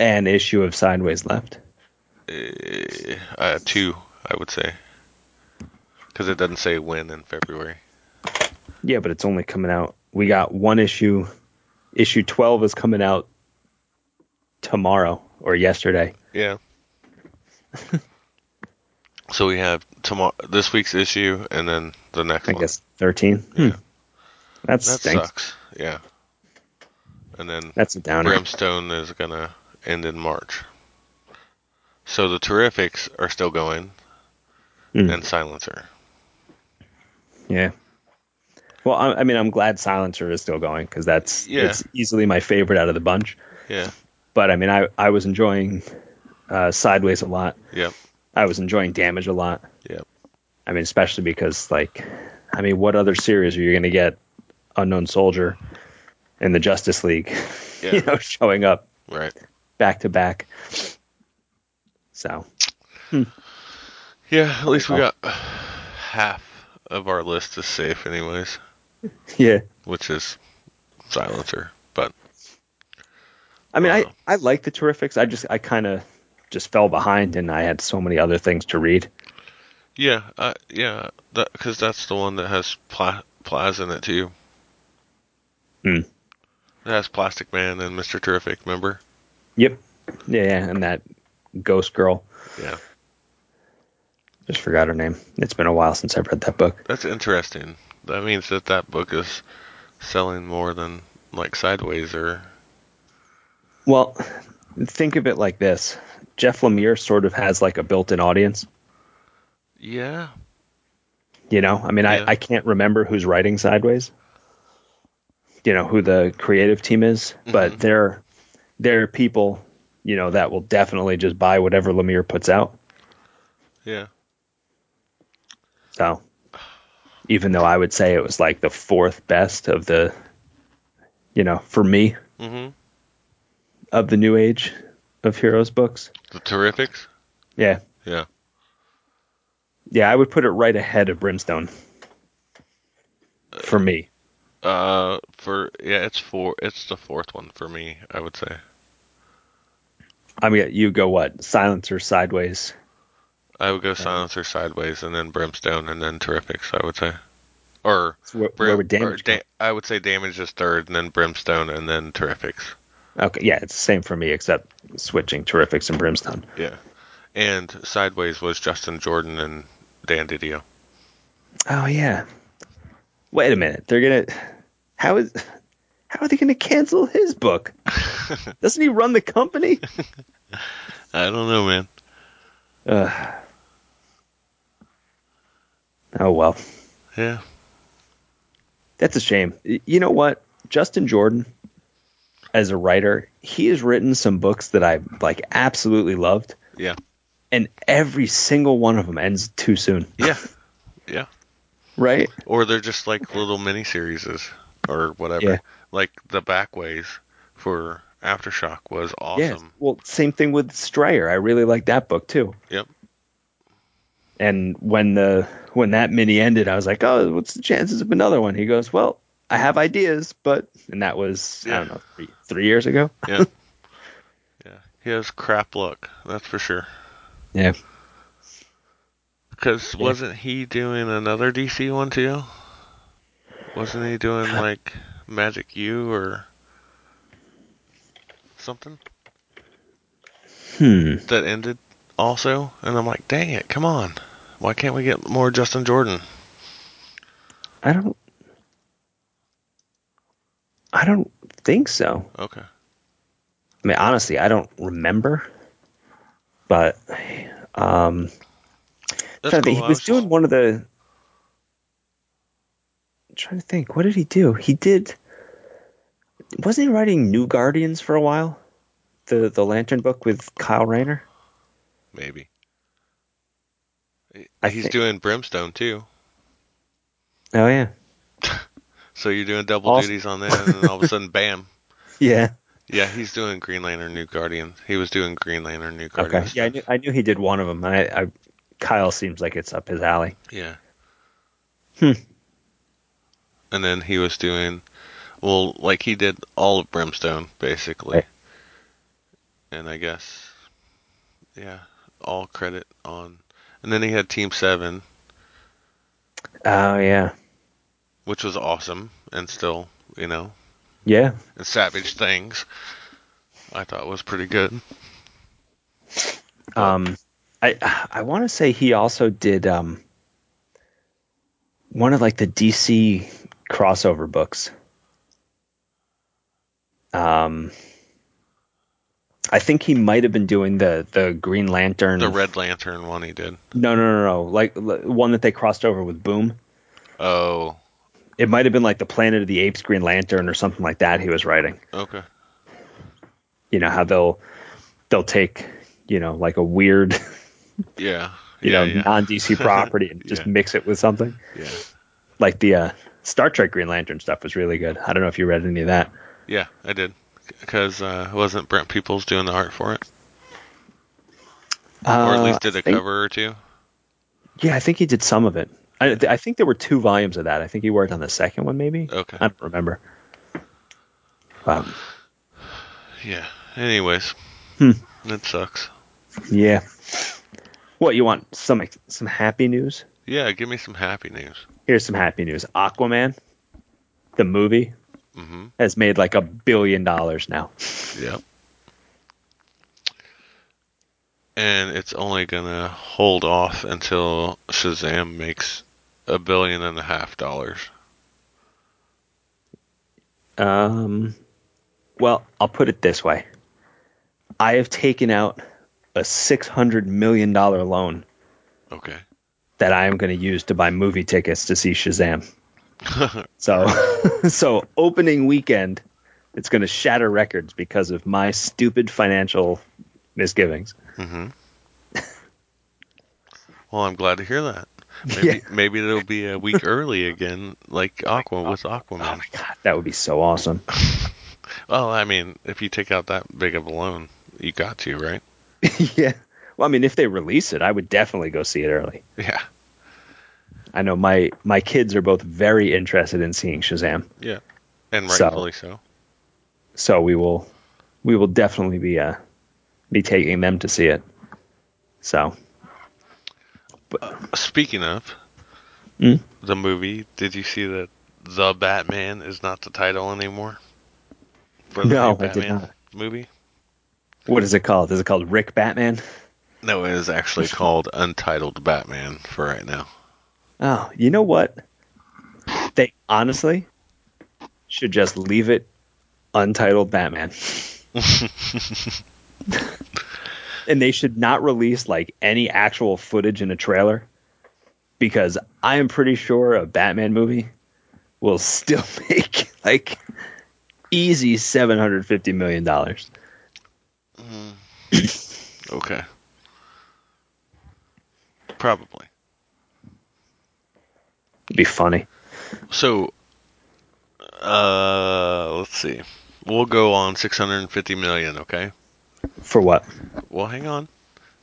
Speaker 3: an issue of Sideways left.
Speaker 4: Uh, two, I would say, because it doesn't say when in February.
Speaker 3: Yeah, but it's only coming out. We got one issue. Issue twelve is coming out tomorrow or yesterday.
Speaker 4: Yeah. (laughs) so we have tomorrow, this week's issue, and then the next
Speaker 3: I
Speaker 4: one.
Speaker 3: guess thirteen. Hmm. That
Speaker 4: That
Speaker 3: stinks.
Speaker 4: sucks. Yeah. And then
Speaker 3: That's a downer.
Speaker 4: Brimstone is gonna end in March. So the Terrifics are still going,
Speaker 3: Hmm.
Speaker 4: and Silencer.
Speaker 3: Yeah. Well, I, I mean, I'm glad Silencer is still going because that's
Speaker 4: Yeah.
Speaker 3: it's easily my favorite out of the bunch.
Speaker 4: Yeah.
Speaker 3: But I mean, I I was enjoying uh, Sideways a lot.
Speaker 4: Yep.
Speaker 3: I was enjoying Damage a lot. (laughs)
Speaker 4: Yep.
Speaker 3: I mean, especially because like, I mean, what other series are you going to get Unknown Soldier and the Justice League, (laughs)
Speaker 4: Yeah.
Speaker 3: you know, showing up
Speaker 4: Right.
Speaker 3: back to back? So
Speaker 4: Yeah. At least we
Speaker 3: go.
Speaker 4: got half of our list is safe, anyways,
Speaker 3: yeah.
Speaker 4: which is Silencer. But
Speaker 3: I mean, I,
Speaker 4: Wow.
Speaker 3: I like the Terrifics. I just I kind of just fell behind, and I had so many other things to read.
Speaker 4: yeah, uh, yeah, because that's the one that has pla- Plaz in it too.
Speaker 3: Hmm.
Speaker 4: It has Plastic Man and Mister Terrific. Remember?
Speaker 3: Yep. Yeah, yeah, and that Ghost Girl.
Speaker 4: Yeah.
Speaker 3: Just forgot her name. It's been a while since I've read that book.
Speaker 4: That's interesting. That means that that book is selling more than like Sideways or
Speaker 3: Well, think of it like this: Jeff Lemire sort of has like a built-in audience.
Speaker 4: yeah.
Speaker 3: You know, I mean,
Speaker 4: Yeah.
Speaker 3: I, I can't remember who's writing Sideways. You know who the creative team is,
Speaker 4: Mm-hmm.
Speaker 3: but they're they're people you know that will definitely just buy whatever Lemire puts out.
Speaker 4: Yeah.
Speaker 3: So, even though I would say it was like the fourth best of the, you know, for me,
Speaker 4: Mhm.
Speaker 3: of the new age of heroes books.
Speaker 4: The Terrifics?
Speaker 3: Yeah.
Speaker 4: Yeah.
Speaker 3: Yeah, I would put it right ahead of Brimstone for me.
Speaker 4: Uh for yeah, it's four it's the fourth one for me, I would say.
Speaker 3: I mean, you go what? Silencer, Sideways.
Speaker 4: I would go Silencer Sideways and then Brimstone and then Terrifics, I would say. Or
Speaker 3: So where,
Speaker 4: Brim,
Speaker 3: where would
Speaker 4: or
Speaker 3: Damage
Speaker 4: da- I would say Damage is third and then Brimstone and then Terrifics.
Speaker 3: go? Okay, yeah, it's the same for me except switching Terrifics and Brimstone.
Speaker 4: Yeah. And Sideways was Justin Jordan and Dan Didio.
Speaker 3: Oh yeah. Wait a minute. They're gonna. How is? How are they gonna cancel his book? Doesn't he run the company?
Speaker 4: I don't know, man.
Speaker 3: Oh well.
Speaker 4: Yeah.
Speaker 3: That's a shame. Y- You know what? Justin Jordan, as a writer, he has written some books that I like absolutely loved,
Speaker 4: Yeah.
Speaker 3: and every single one of them ends too soon.
Speaker 4: Yeah. Yeah.
Speaker 3: Right?
Speaker 4: Or they're just like little mini serieses or whatever.
Speaker 3: Yeah.
Speaker 4: Like the backways for Aftershock was
Speaker 3: Yeah.
Speaker 4: awesome.
Speaker 3: Well, same thing with Strayer. I really liked that book too.
Speaker 4: Yep.
Speaker 3: And when the when that mini ended, I was like, "Oh, what's the chances of another one?" He goes, "Well, I have ideas, but..." And that was I don't
Speaker 4: Yeah.
Speaker 3: know three, three years ago. (laughs)
Speaker 4: Yeah. yeah. He has crap luck, that's for sure.
Speaker 3: Yeah.
Speaker 4: Because wasn't he doing another DC one too? Wasn't he doing like Magic U or something
Speaker 3: Hmm.
Speaker 4: that ended also? And I'm like, dang it, come on. Why can't we get more Justin Jordan?
Speaker 3: I don't. I don't think so.
Speaker 4: Okay.
Speaker 3: I mean, honestly, I don't remember. But um,
Speaker 4: That's
Speaker 3: trying to think.
Speaker 4: cool.
Speaker 3: He
Speaker 4: I
Speaker 3: was,
Speaker 4: just-
Speaker 3: doing one of the. trying to think. What did he do? He did. Wasn't he writing New Guardians for a while? The the Lantern book with Kyle Rayner.
Speaker 4: Maybe. He-
Speaker 3: I
Speaker 4: He's
Speaker 3: think-
Speaker 4: doing Brimstone too.
Speaker 3: Oh yeah,
Speaker 4: So you're doing double
Speaker 3: Also-
Speaker 4: duties on that, and then all of
Speaker 3: (laughs)
Speaker 4: a sudden, bam.
Speaker 3: yeah.
Speaker 4: Yeah, he's doing Green Lantern New Guardian. He was doing Green Lantern New Guardian.
Speaker 3: (laughs) Okay. Yeah, I knew, I knew he did one of them. And I, I, Kyle seems like it's up his alley.
Speaker 4: Yeah.
Speaker 3: Hmm.
Speaker 4: And then he was doing, well, like he did all of Brimstone, basically.
Speaker 3: Right.
Speaker 4: And I guess, yeah, all credit on. And then he had Team 7,
Speaker 3: Oh yeah,
Speaker 4: which was awesome, and still, you know,
Speaker 3: yeah.
Speaker 4: and Savage Things, I thought was pretty good.
Speaker 3: Um, I I want to say he also did um one of like the DC crossover books. Um, I think he might have been doing the the Green Lantern.
Speaker 4: The Red Lantern one he did.
Speaker 3: No, no, no, no. Like l- one that they crossed over with Boom.
Speaker 4: Oh,
Speaker 3: It might have been like the Planet of the Apes Green Lantern or something like that. He was writing.
Speaker 4: okay.
Speaker 3: You know how they'll they'll take you know like a weird (laughs)
Speaker 4: Yeah.
Speaker 3: you
Speaker 4: yeah,
Speaker 3: know
Speaker 4: yeah.
Speaker 3: non
Speaker 4: (laughs)
Speaker 3: DC property and just
Speaker 4: Yeah.
Speaker 3: mix it with something.
Speaker 4: yeah.
Speaker 3: like the uh, Star Trek Green Lantern stuff was really good. I don't know if you read any of that.
Speaker 4: Yeah, I did. Because uh, wasn't Brent Peoples doing the art for it? or at
Speaker 3: Uh,
Speaker 4: least did
Speaker 3: I
Speaker 4: a
Speaker 3: think-
Speaker 4: cover or two?
Speaker 3: Yeah, I think he did some of it. I, th- I think there were two volumes of that. I think he worked on the second one, maybe.
Speaker 4: Okay.
Speaker 3: I don't remember. Um, But,
Speaker 4: Yeah. Anyways,
Speaker 3: Hmm.
Speaker 4: that sucks.
Speaker 3: yeah. What you want? Some ex- some happy news?
Speaker 4: Yeah, give me some happy news.
Speaker 3: Here's some happy news. Aquaman, the movie,
Speaker 4: Mhm.
Speaker 3: has made like a billion dollars now.
Speaker 4: Yep. And it's only gonna hold off until Shazam makes a billion and a half dollars.
Speaker 3: Um, well, I'll put it this way. I have taken out a six hundred million dollar loan
Speaker 4: Okay.
Speaker 3: that I am going to use to buy movie tickets to see Shazam. So, so (laughs) opening weekend, it's going to shatter records because of my stupid financial misgivings.
Speaker 4: Mm-hmm. (laughs) Well, I'm glad to hear that. Maybe
Speaker 3: Yeah.
Speaker 4: (laughs) maybe it'll be a week early again, like Aqua with Aquaman.
Speaker 3: Oh God, that would be so awesome.
Speaker 4: Well, I mean, if you take out that big of a loan, you got to, right?
Speaker 3: yeah. Well, I mean, if they release it, I would definitely go see it early.
Speaker 4: Yeah.
Speaker 3: I know my my kids are both very interested in seeing Shazam,
Speaker 4: Yeah. And
Speaker 3: So-
Speaker 4: rightfully so.
Speaker 3: so we will we will definitely be uh be taking them to see it. So
Speaker 4: Speaking of
Speaker 3: Hmm?
Speaker 4: the movie, did you see that the Batman is not the title anymore? For
Speaker 3: No,
Speaker 4: new
Speaker 3: I did not.
Speaker 4: movie?
Speaker 3: what is it called? Is it called Rick Batman?
Speaker 4: No, it is actually called Untitled Batman for right now.
Speaker 3: Oh, you know what? They honestly should just leave it untitled Batman. (laughs) and they should not release like any actual footage in a trailer because I am pretty sure a Batman movie will still (laughs) make like easy 750 million dollars.
Speaker 4: Okay. Probably.
Speaker 3: It'd be funny.
Speaker 4: So, uh, let's see. We'll go on 650 million, okay?
Speaker 3: For what?
Speaker 4: Well, hang on.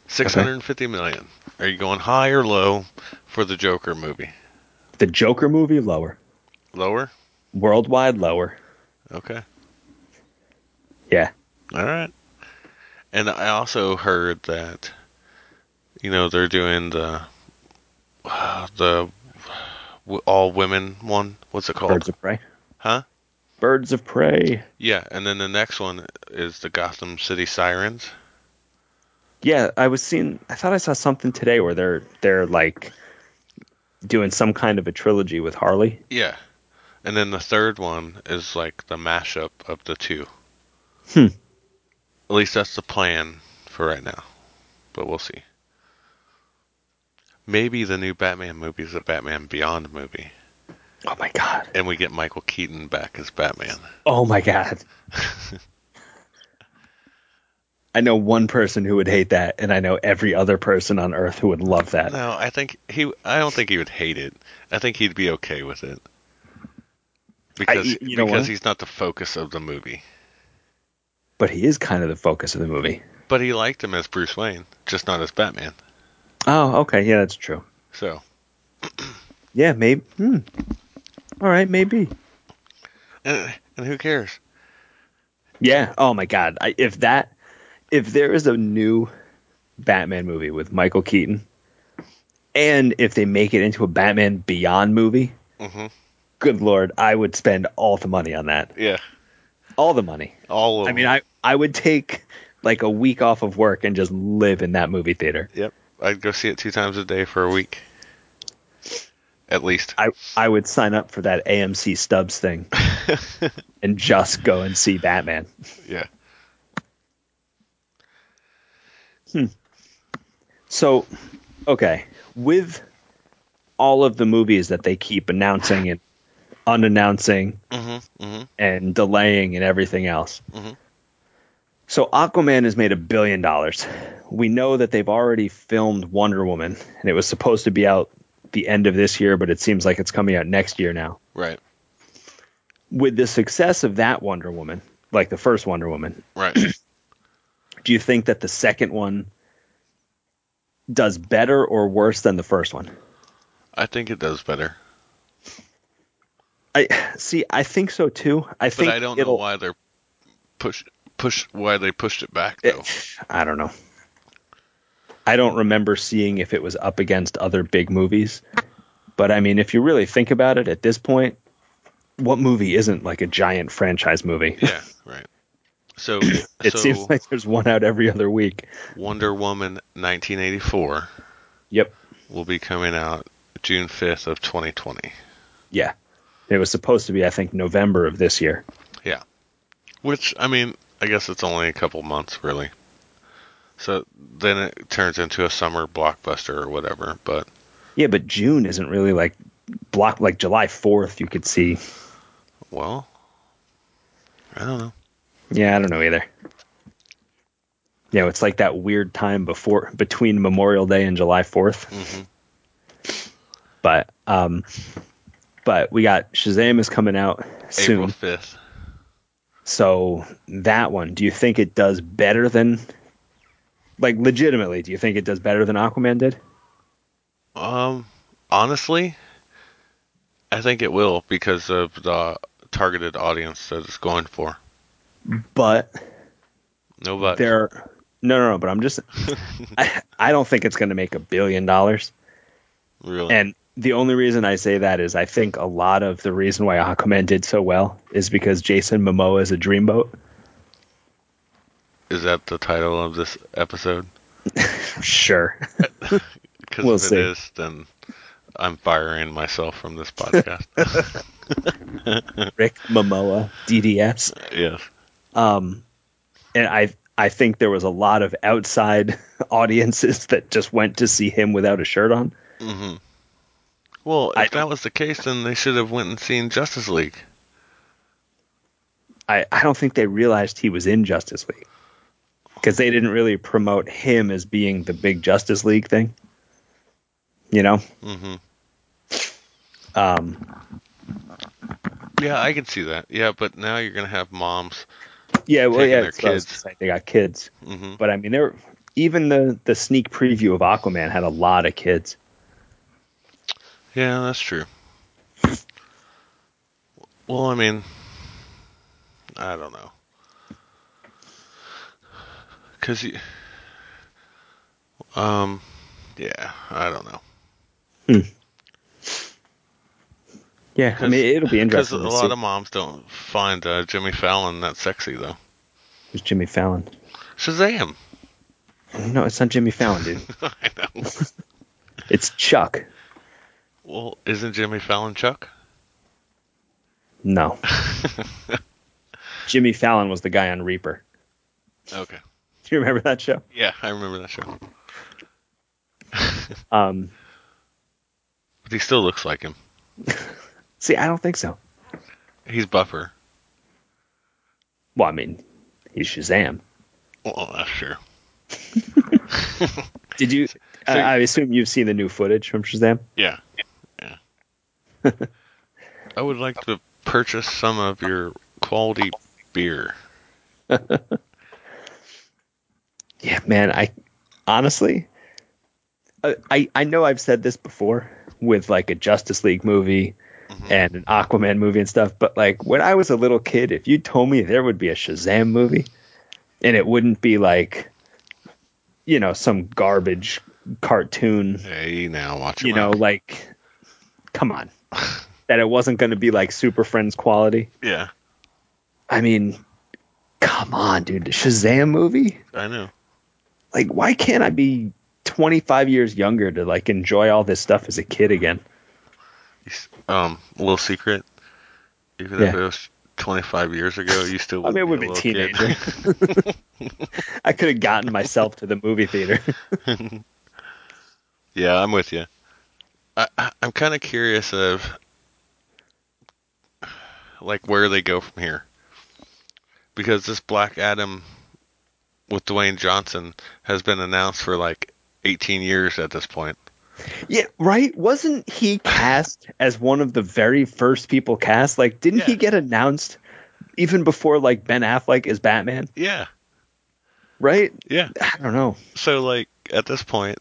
Speaker 4: Six hundred fifty million. Are you going high or low for the Joker movie?
Speaker 3: The Joker movie lower,
Speaker 4: Lower?
Speaker 3: worldwide lower.
Speaker 4: Okay.
Speaker 3: Yeah.
Speaker 4: All right. And I also heard that, you know, they're doing the (sighs) uh, the w- all women one. What's it called?
Speaker 3: Birds of Prey.
Speaker 4: Oh. Huh?
Speaker 3: Birds of Prey.
Speaker 4: Yeah, and then the next one is the Gotham City Sirens.
Speaker 3: Yeah, I was seeing. I thought I saw something today where they're they're like doing some kind of a trilogy with Harley.
Speaker 4: Yeah, and then the third one is like the mashup of the two.
Speaker 3: Hmm.
Speaker 4: At least that's the plan for right now, but we'll see. Maybe the new Batman movie is a Batman Beyond movie,
Speaker 3: Oh my god.
Speaker 4: and we get Michael Keaton back as Batman.
Speaker 3: Oh my god. (laughs) I know one person who would hate that, and I know every other person on earth who would love that.
Speaker 4: No, I think he. I don't think he would hate it. I think he'd be okay with it because
Speaker 3: you know
Speaker 4: because
Speaker 3: what?
Speaker 4: he's not the focus of the movie.
Speaker 3: But he is kind of the focus of the movie.
Speaker 4: But he liked him as Bruce Wayne, just not as Batman.
Speaker 3: Oh, okay. Yeah, that's true.
Speaker 4: So,
Speaker 3: Yeah, maybe. Hmm. All right, maybe.
Speaker 4: and, and who cares?
Speaker 3: Yeah. Oh my god. I, if that, if there is a new Batman movie with Michael Keaton, and if they make it into a Batman Beyond movie,
Speaker 4: Mhm.
Speaker 3: good lord, I would spend all the money on that.
Speaker 4: Yeah,
Speaker 3: All the money.
Speaker 4: all of.
Speaker 3: I mean,
Speaker 4: them.
Speaker 3: I I would take like a week off of work and just live in that movie theater.
Speaker 4: Yep, I'd go see it two times a day for a week, at least.
Speaker 3: I I would sign up for that AMC Stubbs thing and just go and see Batman.
Speaker 4: yeah.
Speaker 3: So, okay, with all of the movies that they keep announcing and unannouncing
Speaker 4: Mm-hmm. Mm-hmm.
Speaker 3: and delaying and everything else.
Speaker 4: Mhm.
Speaker 3: So Aquaman has made a billion dollars. We know that they've already filmed Wonder Woman and it was supposed to be out the end of this year, but it seems like it's coming out next year now.
Speaker 4: Right.
Speaker 3: With the success of that Wonder Woman, like the first Wonder Woman,
Speaker 4: (clears throat) Right.
Speaker 3: do you think that the second one does better or worse than the first one?
Speaker 4: I think it does better,
Speaker 3: I see. I think so too. I
Speaker 4: but
Speaker 3: think
Speaker 4: I don't know
Speaker 3: it'll-
Speaker 4: why they're push push why they pushed it back though.
Speaker 3: I don't know. I don't remember seeing if it was up against other big movies. But I mean, if you really think about it, at this point, what movie isn't like a giant franchise movie?
Speaker 4: (laughs) yeah. Right. So
Speaker 3: (laughs) (clears throat) it
Speaker 4: so
Speaker 3: seems like there's one out every other week.
Speaker 4: Wonder Woman 1984
Speaker 3: Yep.
Speaker 4: will be coming out June 5th of 2020.
Speaker 3: Yeah. It was supposed to be, I think, November of this year.
Speaker 4: Yeah. Which, I mean, I guess it's only a couple months, really. So then it turns into a summer blockbuster or whatever, but
Speaker 3: Yeah, but June isn't really like block like July 4th you could see.
Speaker 4: well, I don't know.
Speaker 3: Yeah, I don't know either. You know, it's like that weird time before between Memorial Day and July 4th
Speaker 4: Mm-hmm.
Speaker 3: But um, but we got Shazam is coming out soon,
Speaker 4: April 5th.
Speaker 3: so that one. Do you think it does better than, like, legitimately? Do you think it does better than Aquaman did?
Speaker 4: Um, honestly, I think it will because of the targeted audience that it's going for.
Speaker 3: But
Speaker 4: No, but
Speaker 3: there, no, no, no. But I'm
Speaker 4: (laughs)
Speaker 3: just, I, I don't think it's going to make a billion dollars.
Speaker 4: really.
Speaker 3: And the only reason I say that is I think a lot of the reason why Aquaman did so well is because Jason Momoa is a dreamboat.
Speaker 4: Is that the title of this episode?
Speaker 3: Sure.
Speaker 4: Because
Speaker 3: We'll
Speaker 4: if
Speaker 3: see.
Speaker 4: it is, then I'm firing myself from
Speaker 3: (laughs)
Speaker 4: this podcast.
Speaker 3: (laughs) Rick Momoa, DDS.
Speaker 4: yes.
Speaker 3: And I I think there was a lot of outside (laughs) audiences that just went to see him without a shirt on.
Speaker 4: Well, if
Speaker 3: I
Speaker 4: that was the case, then they should have went and seen Justice League.
Speaker 3: I, I don't think they realized he was in Justice League. Because they didn't really promote him as being the big Justice League thing. You know? Mm-hmm. Um
Speaker 4: Yeah, I can see that. Yeah, but now you're gonna have moms.
Speaker 3: Yeah, well,
Speaker 4: taking
Speaker 3: yeah,
Speaker 4: their
Speaker 3: that's what I was
Speaker 4: kids.
Speaker 3: gonna say. They got kids,
Speaker 4: Mm-hmm.
Speaker 3: but I mean, they're even the the sneak preview of Aquaman had a lot of kids.
Speaker 4: Yeah, that's true. Well, I mean, I don't know. Cause you, um, yeah, I don't know.
Speaker 3: Yeah, I mean
Speaker 4: (laughs)
Speaker 3: it'll be
Speaker 4: Because a
Speaker 3: interesting. to
Speaker 4: lot
Speaker 3: see.
Speaker 4: of moms don't find uh, Jimmy Fallon that sexy, though.
Speaker 3: It's Jimmy Fallon.
Speaker 4: Shazam!
Speaker 3: No, it's not Jimmy Fallon, dude.
Speaker 4: (laughs) I know.
Speaker 3: (laughs) it's Chuck.
Speaker 4: Well, isn't Jimmy Fallon Chuck? (laughs)
Speaker 3: No. Jimmy Fallon was the guy on Reaper. (laughs)
Speaker 4: Okay.
Speaker 3: Do you remember that show?
Speaker 4: Yeah, I remember that show.
Speaker 3: Um,
Speaker 4: But he still looks like him.
Speaker 3: see, I don't think so.
Speaker 4: He's buffer.
Speaker 3: Well, I mean, he's Shazam.
Speaker 4: Well, uh, sure.
Speaker 3: Did you? I
Speaker 4: so-
Speaker 3: I assume you've seen the new footage from Shazam.
Speaker 4: Yeah. Yeah. (laughs) I would like to purchase some of your quality beer.
Speaker 3: Yeah, man. I honestly, I- I I know I've said this before with like a Justice League movie and an Aquaman movie and stuff, but like when I was a little kid, if you told me there would be a Shazam movie, and it wouldn't be like, you know, some garbage cartoon,
Speaker 4: Hey, now watch
Speaker 3: you
Speaker 4: your
Speaker 3: know,
Speaker 4: mouth.
Speaker 3: like, come on, that it wasn't going to be like Super Friends quality.
Speaker 4: Yeah,
Speaker 3: I mean, come on, dude, the Shazam movie.
Speaker 4: I know.
Speaker 3: like why can't i be 25 years younger to like enjoy all this stuff as a kid again
Speaker 4: You s- Um, little secret. Even if
Speaker 3: Yeah.
Speaker 4: it was 25 years ago, you still.
Speaker 3: i mean i
Speaker 4: would
Speaker 3: would
Speaker 4: be
Speaker 3: have
Speaker 4: a
Speaker 3: been
Speaker 4: little
Speaker 3: teenager
Speaker 4: kid. (laughs)
Speaker 3: (laughs) i could have gotten myself to the movie theater (laughs)
Speaker 4: Yeah, I'm with you. I, I, I'm kind of curious of like where they go from here, because this Black Adam with Dwayne Johnson has been announced for like 18 years at this point.
Speaker 3: yeah right wasn't he cast as one of the very first people cast like didn't he
Speaker 4: Yeah.
Speaker 3: get announced even before like ben affleck is batman
Speaker 4: Yeah,
Speaker 3: right
Speaker 4: yeah.
Speaker 3: i don't know
Speaker 4: So like at this point,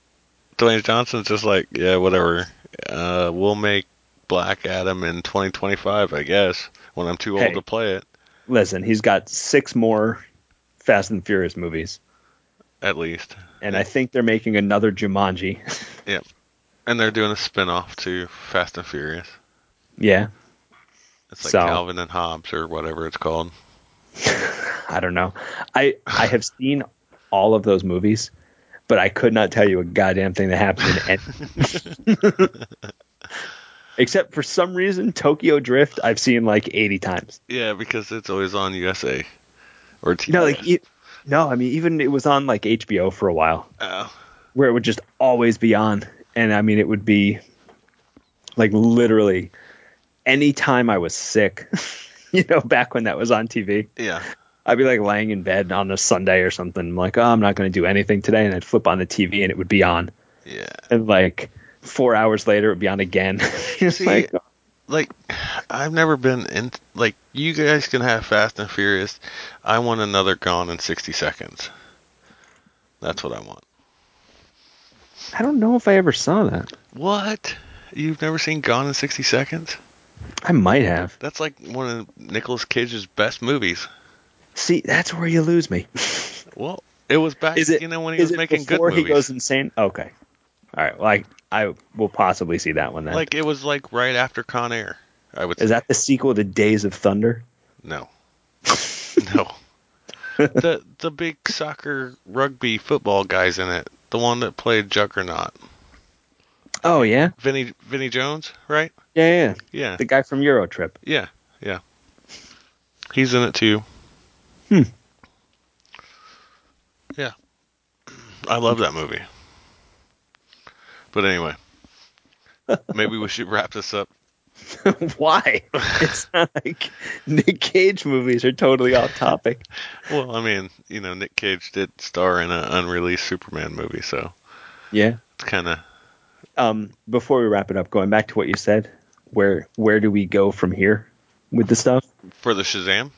Speaker 4: Dwayne Johnson's just like, yeah, whatever. Uh, we'll make Black Adam in 2025, I guess, when I'm too old
Speaker 3: Hey.
Speaker 4: to play it,
Speaker 3: listen he's got six more fast and furious movies
Speaker 4: at least.
Speaker 3: and i think they're making another jumanji (laughs)
Speaker 4: Yep. And they're doing a spin-off to Fast and Furious.
Speaker 3: yeah
Speaker 4: It's like
Speaker 3: So-
Speaker 4: Calvin and Hobbes or whatever it's called.
Speaker 3: I don't know. I I have seen all of those movies, but I could not tell you a goddamn thing that happened in any. Except for some reason, Tokyo Drift I've seen like eighty times.
Speaker 4: Yeah, because it's always on USA or TV.
Speaker 3: No, like e- no, I mean even it was on like HBO for a while,
Speaker 4: Oh,
Speaker 3: where it would just always be on, and I mean it would be like literally any time I was sick, (laughs) you know, back when that was on TV.
Speaker 4: yeah,
Speaker 3: I'd be like laying in bed on a Sunday or something. I'm like, oh, I'm not going to do anything today. And I'd flip on the TV and it would be on.
Speaker 4: yeah.
Speaker 3: And like four hours later, it would be on again. (laughs) it's
Speaker 4: See,
Speaker 3: like,
Speaker 4: Like I've never been in. Like you guys can have Fast and Furious. I want another Gone in 60 Seconds. That's what I want.
Speaker 3: I don't know if I ever saw that.
Speaker 4: What? You've never seen Gone in 60 Seconds?
Speaker 3: I might have.
Speaker 4: That's like one of Nicolas Cage's best movies.
Speaker 3: See, that's where you lose me.
Speaker 4: Well, it was back.
Speaker 3: Is it,
Speaker 4: you know when he
Speaker 3: is
Speaker 4: was
Speaker 3: it
Speaker 4: making good
Speaker 3: before
Speaker 4: movies?
Speaker 3: he goes insane? Okay. All right. Well, I, I will possibly see that one then.
Speaker 4: like it was like right after Con Air. I would.
Speaker 3: is
Speaker 4: say.
Speaker 3: that the sequel to Days of Thunder? (laughs)
Speaker 4: No. no. the the big soccer rugby football guys in it. The one that played Juggernaut.
Speaker 3: Oh, yeah.
Speaker 4: Vinny Vinny Jones, right?
Speaker 3: Yeah, yeah.
Speaker 4: Yeah.
Speaker 3: The guy from Eurotrip. (laughs)
Speaker 4: yeah. Yeah. He's in it too.
Speaker 3: Hmm.
Speaker 4: Yeah. I love that movie.
Speaker 3: (laughs)
Speaker 4: But anyway. Maybe we should wrap this up. (laughs)
Speaker 3: Why? It's not like Nick Cage movies are totally off topic.
Speaker 4: Well, I mean, you know, Nick Cage did star in an unreleased Superman movie, so
Speaker 3: Yeah.
Speaker 4: it's kind of
Speaker 3: Um, before we wrap it up, going back to what you said, where where do we go from here with the stuff?
Speaker 4: for the Shazam.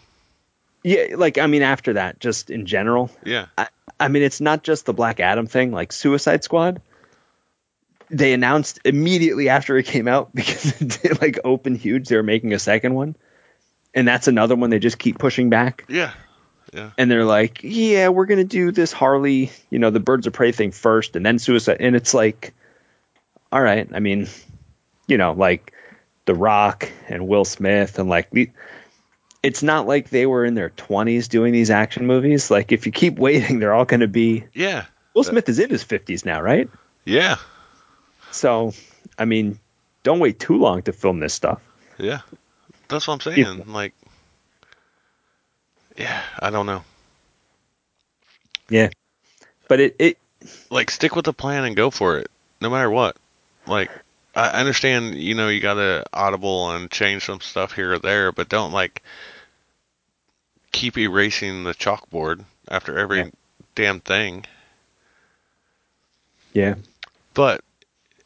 Speaker 3: Yeah, like I mean, after that, just in general,
Speaker 4: Yeah.
Speaker 3: I, I mean, it's not just the Black Adam thing, like Suicide Squad. They announced immediately after it came out (laughs) because it did, like opened huge. They were making a second one, and that's another one they just keep pushing back.
Speaker 4: Yeah.
Speaker 3: and they're like, "Yeah, we're gonna do this Harley, you know, the Birds of Prey thing first, and then Suicide." And it's like, all right. I mean, you know, like The Rock and Will Smith and like the- it's not like they were in their 20s doing these action movies. Like if you keep waiting, they're all going to be
Speaker 4: Yeah.
Speaker 3: Will Smith is in his 50s now, right?
Speaker 4: Yeah.
Speaker 3: So, I mean, don't wait too long to film this stuff.
Speaker 4: Yeah. That's what I'm saying.
Speaker 3: Yeah.
Speaker 4: Like, yeah, I don't know.
Speaker 3: Yeah. But it, it
Speaker 4: Like, stick with the plan and go for it, no matter what. Like, I I understand, you know, you got to audible and change some stuff here or there, but don't, like, keep erasing the chalkboard after every
Speaker 3: Yeah.
Speaker 4: damn thing.
Speaker 3: yeah.
Speaker 4: But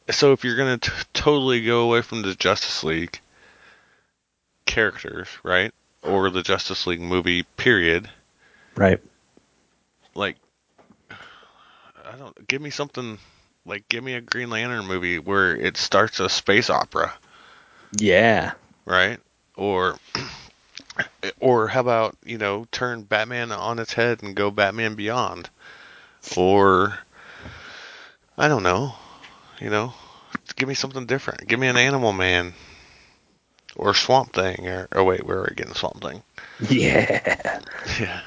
Speaker 4: so if you're gonna t- totally go away from the Justice League characters, right, or the Justice League movie period,
Speaker 3: Right.
Speaker 4: like I don't give me something like give me a Green Lantern movie where it starts a space opera,
Speaker 3: Yeah.
Speaker 4: right? Or (clears throat) or how about you know turn Batman on its head and go Batman Beyond, or I don't know, you know, give me something different. Give me an Animal Man or Swamp Thing or oh wait, where are we getting Swamp Thing?
Speaker 3: Yeah.
Speaker 4: Yeah,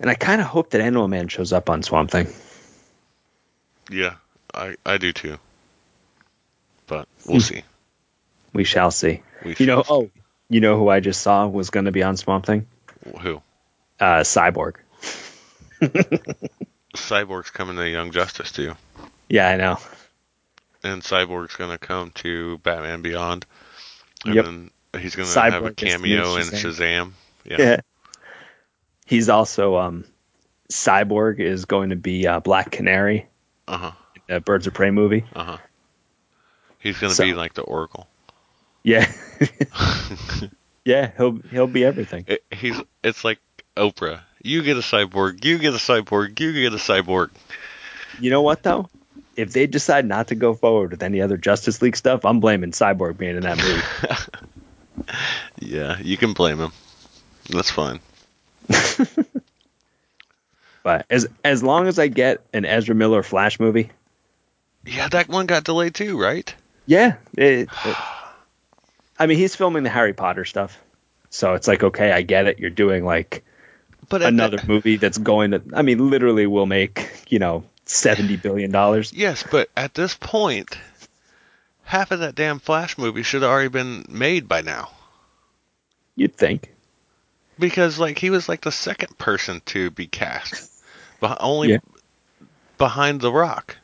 Speaker 3: And I kind of hope that Animal Man shows up on Swamp Thing.
Speaker 4: yeah, I I do too, but we'll see.
Speaker 3: We shall see.
Speaker 4: We
Speaker 3: You
Speaker 4: (laughs)
Speaker 3: know,
Speaker 4: shall
Speaker 3: oh, you know who I just saw was going to be on Swamp Thing?
Speaker 4: see. who
Speaker 3: Uh, Cyborg.
Speaker 4: Cyborg's coming to Young Justice too,
Speaker 3: Yeah, I know.
Speaker 4: and Cyborg's gonna come to Batman Beyond, and
Speaker 3: Yep.
Speaker 4: then he's gonna have
Speaker 3: Cyborg
Speaker 4: a
Speaker 3: is the new
Speaker 4: cameo in Shazam.
Speaker 3: Yeah. He's also um, Cyborg is going to be uh, Black Canary,
Speaker 4: Uh huh.
Speaker 3: in the Birds of Prey movie.
Speaker 4: Uh huh. He's gonna
Speaker 3: So-
Speaker 4: be like the Oracle. (laughs)
Speaker 3: Yeah. yeah, he'll he'll be everything.
Speaker 4: It, he's it's like Oprah. You get a cyborg. You get a cyborg. You get a cyborg.
Speaker 3: You know what though? If they decide not to go forward with any other Justice League stuff, I'm blaming Cyborg being in that
Speaker 4: (laughs)
Speaker 3: movie.
Speaker 4: Yeah, you can blame him. That's fine.
Speaker 3: but as as long as I get an Ezra Miller Flash movie,
Speaker 4: Yeah, that one got delayed too, right?
Speaker 3: yeah. It, it- I mean, he's filming the Harry Potter stuff, so it's like okay, I get it. You're doing like
Speaker 4: But at
Speaker 3: another
Speaker 4: the-
Speaker 3: movie that's going to. I mean, literally, will make you know seventy billion dollars.
Speaker 4: yes, but at this point, half of that damn Flash movie should have already been made by now.
Speaker 3: You'd think.
Speaker 4: because like he was like the second person to be cast, but only
Speaker 3: Yeah.
Speaker 4: behind The Rock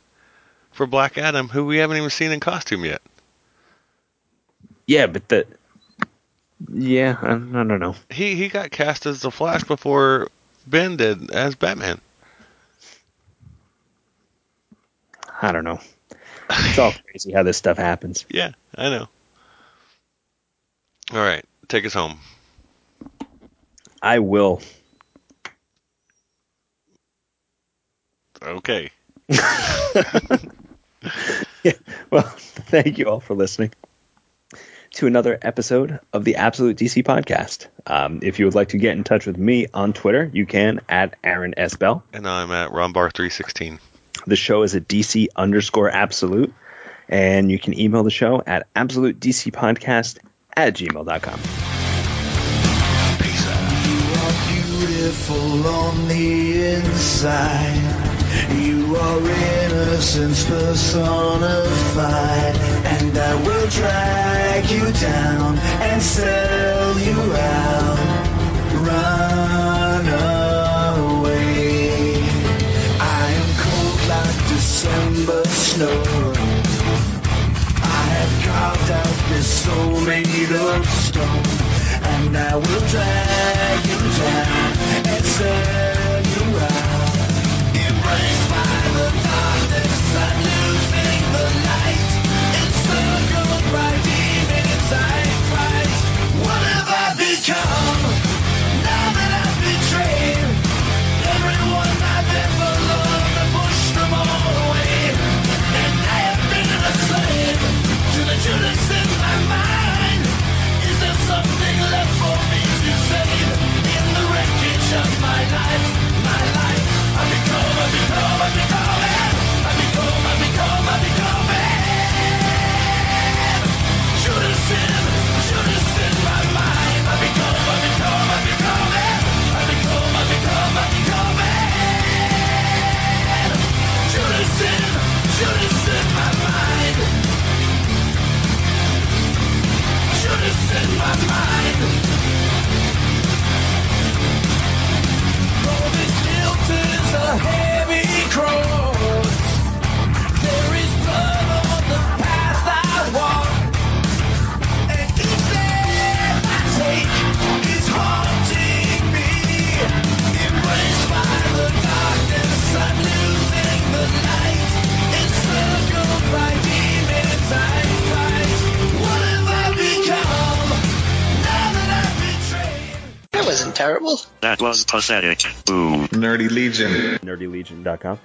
Speaker 4: for Black Adam, who we haven't even seen in costume yet.
Speaker 3: Yeah, but the. Yeah, I, I don't know.
Speaker 4: He he got cast as the Flash before Ben did as Batman.
Speaker 3: I don't know. It's all crazy how this stuff happens.
Speaker 4: Yeah, I know. All right, take us home.
Speaker 3: I will.
Speaker 4: Okay.
Speaker 3: Well, (laughs) thank you all for listening to another episode of the Absolute DC Podcast. Um, if you would like to get in touch with me on Twitter, you can at Aaron S. Bell.
Speaker 4: And I'm at Rombar316.
Speaker 3: The show is at DC underscore absolute. And you can email the show at absolute DC podcast at gmail.com.
Speaker 4: Peace out.
Speaker 5: You are beautiful on the inside. You are innocence personified. And I will drag you down and sell you out. Run away. I am cold like December snow. I have carved out this soul made of stone And I will drag you down and sell you out Embraced by the darkness, I'm losing the light Encircled by demons, I fight What have I become? Now that I've betrayed Everyone I've ever loved, I pushed them all away And I have been a slave to the Judas in my mind Is there something left for me to save? In the wreck mind. Though this guilt is a heavy cross, there is blood on the path I walk. And each step I take is haunting me. Embraced by the darkness, I'm losing the light. Encircled by demons, I fight. What have I become? Now that I've betrayed.
Speaker 6: That wasn't terrible.
Speaker 7: That was pathetic. Boom.
Speaker 8: Nerdy Legion.
Speaker 3: nerdylegion.com.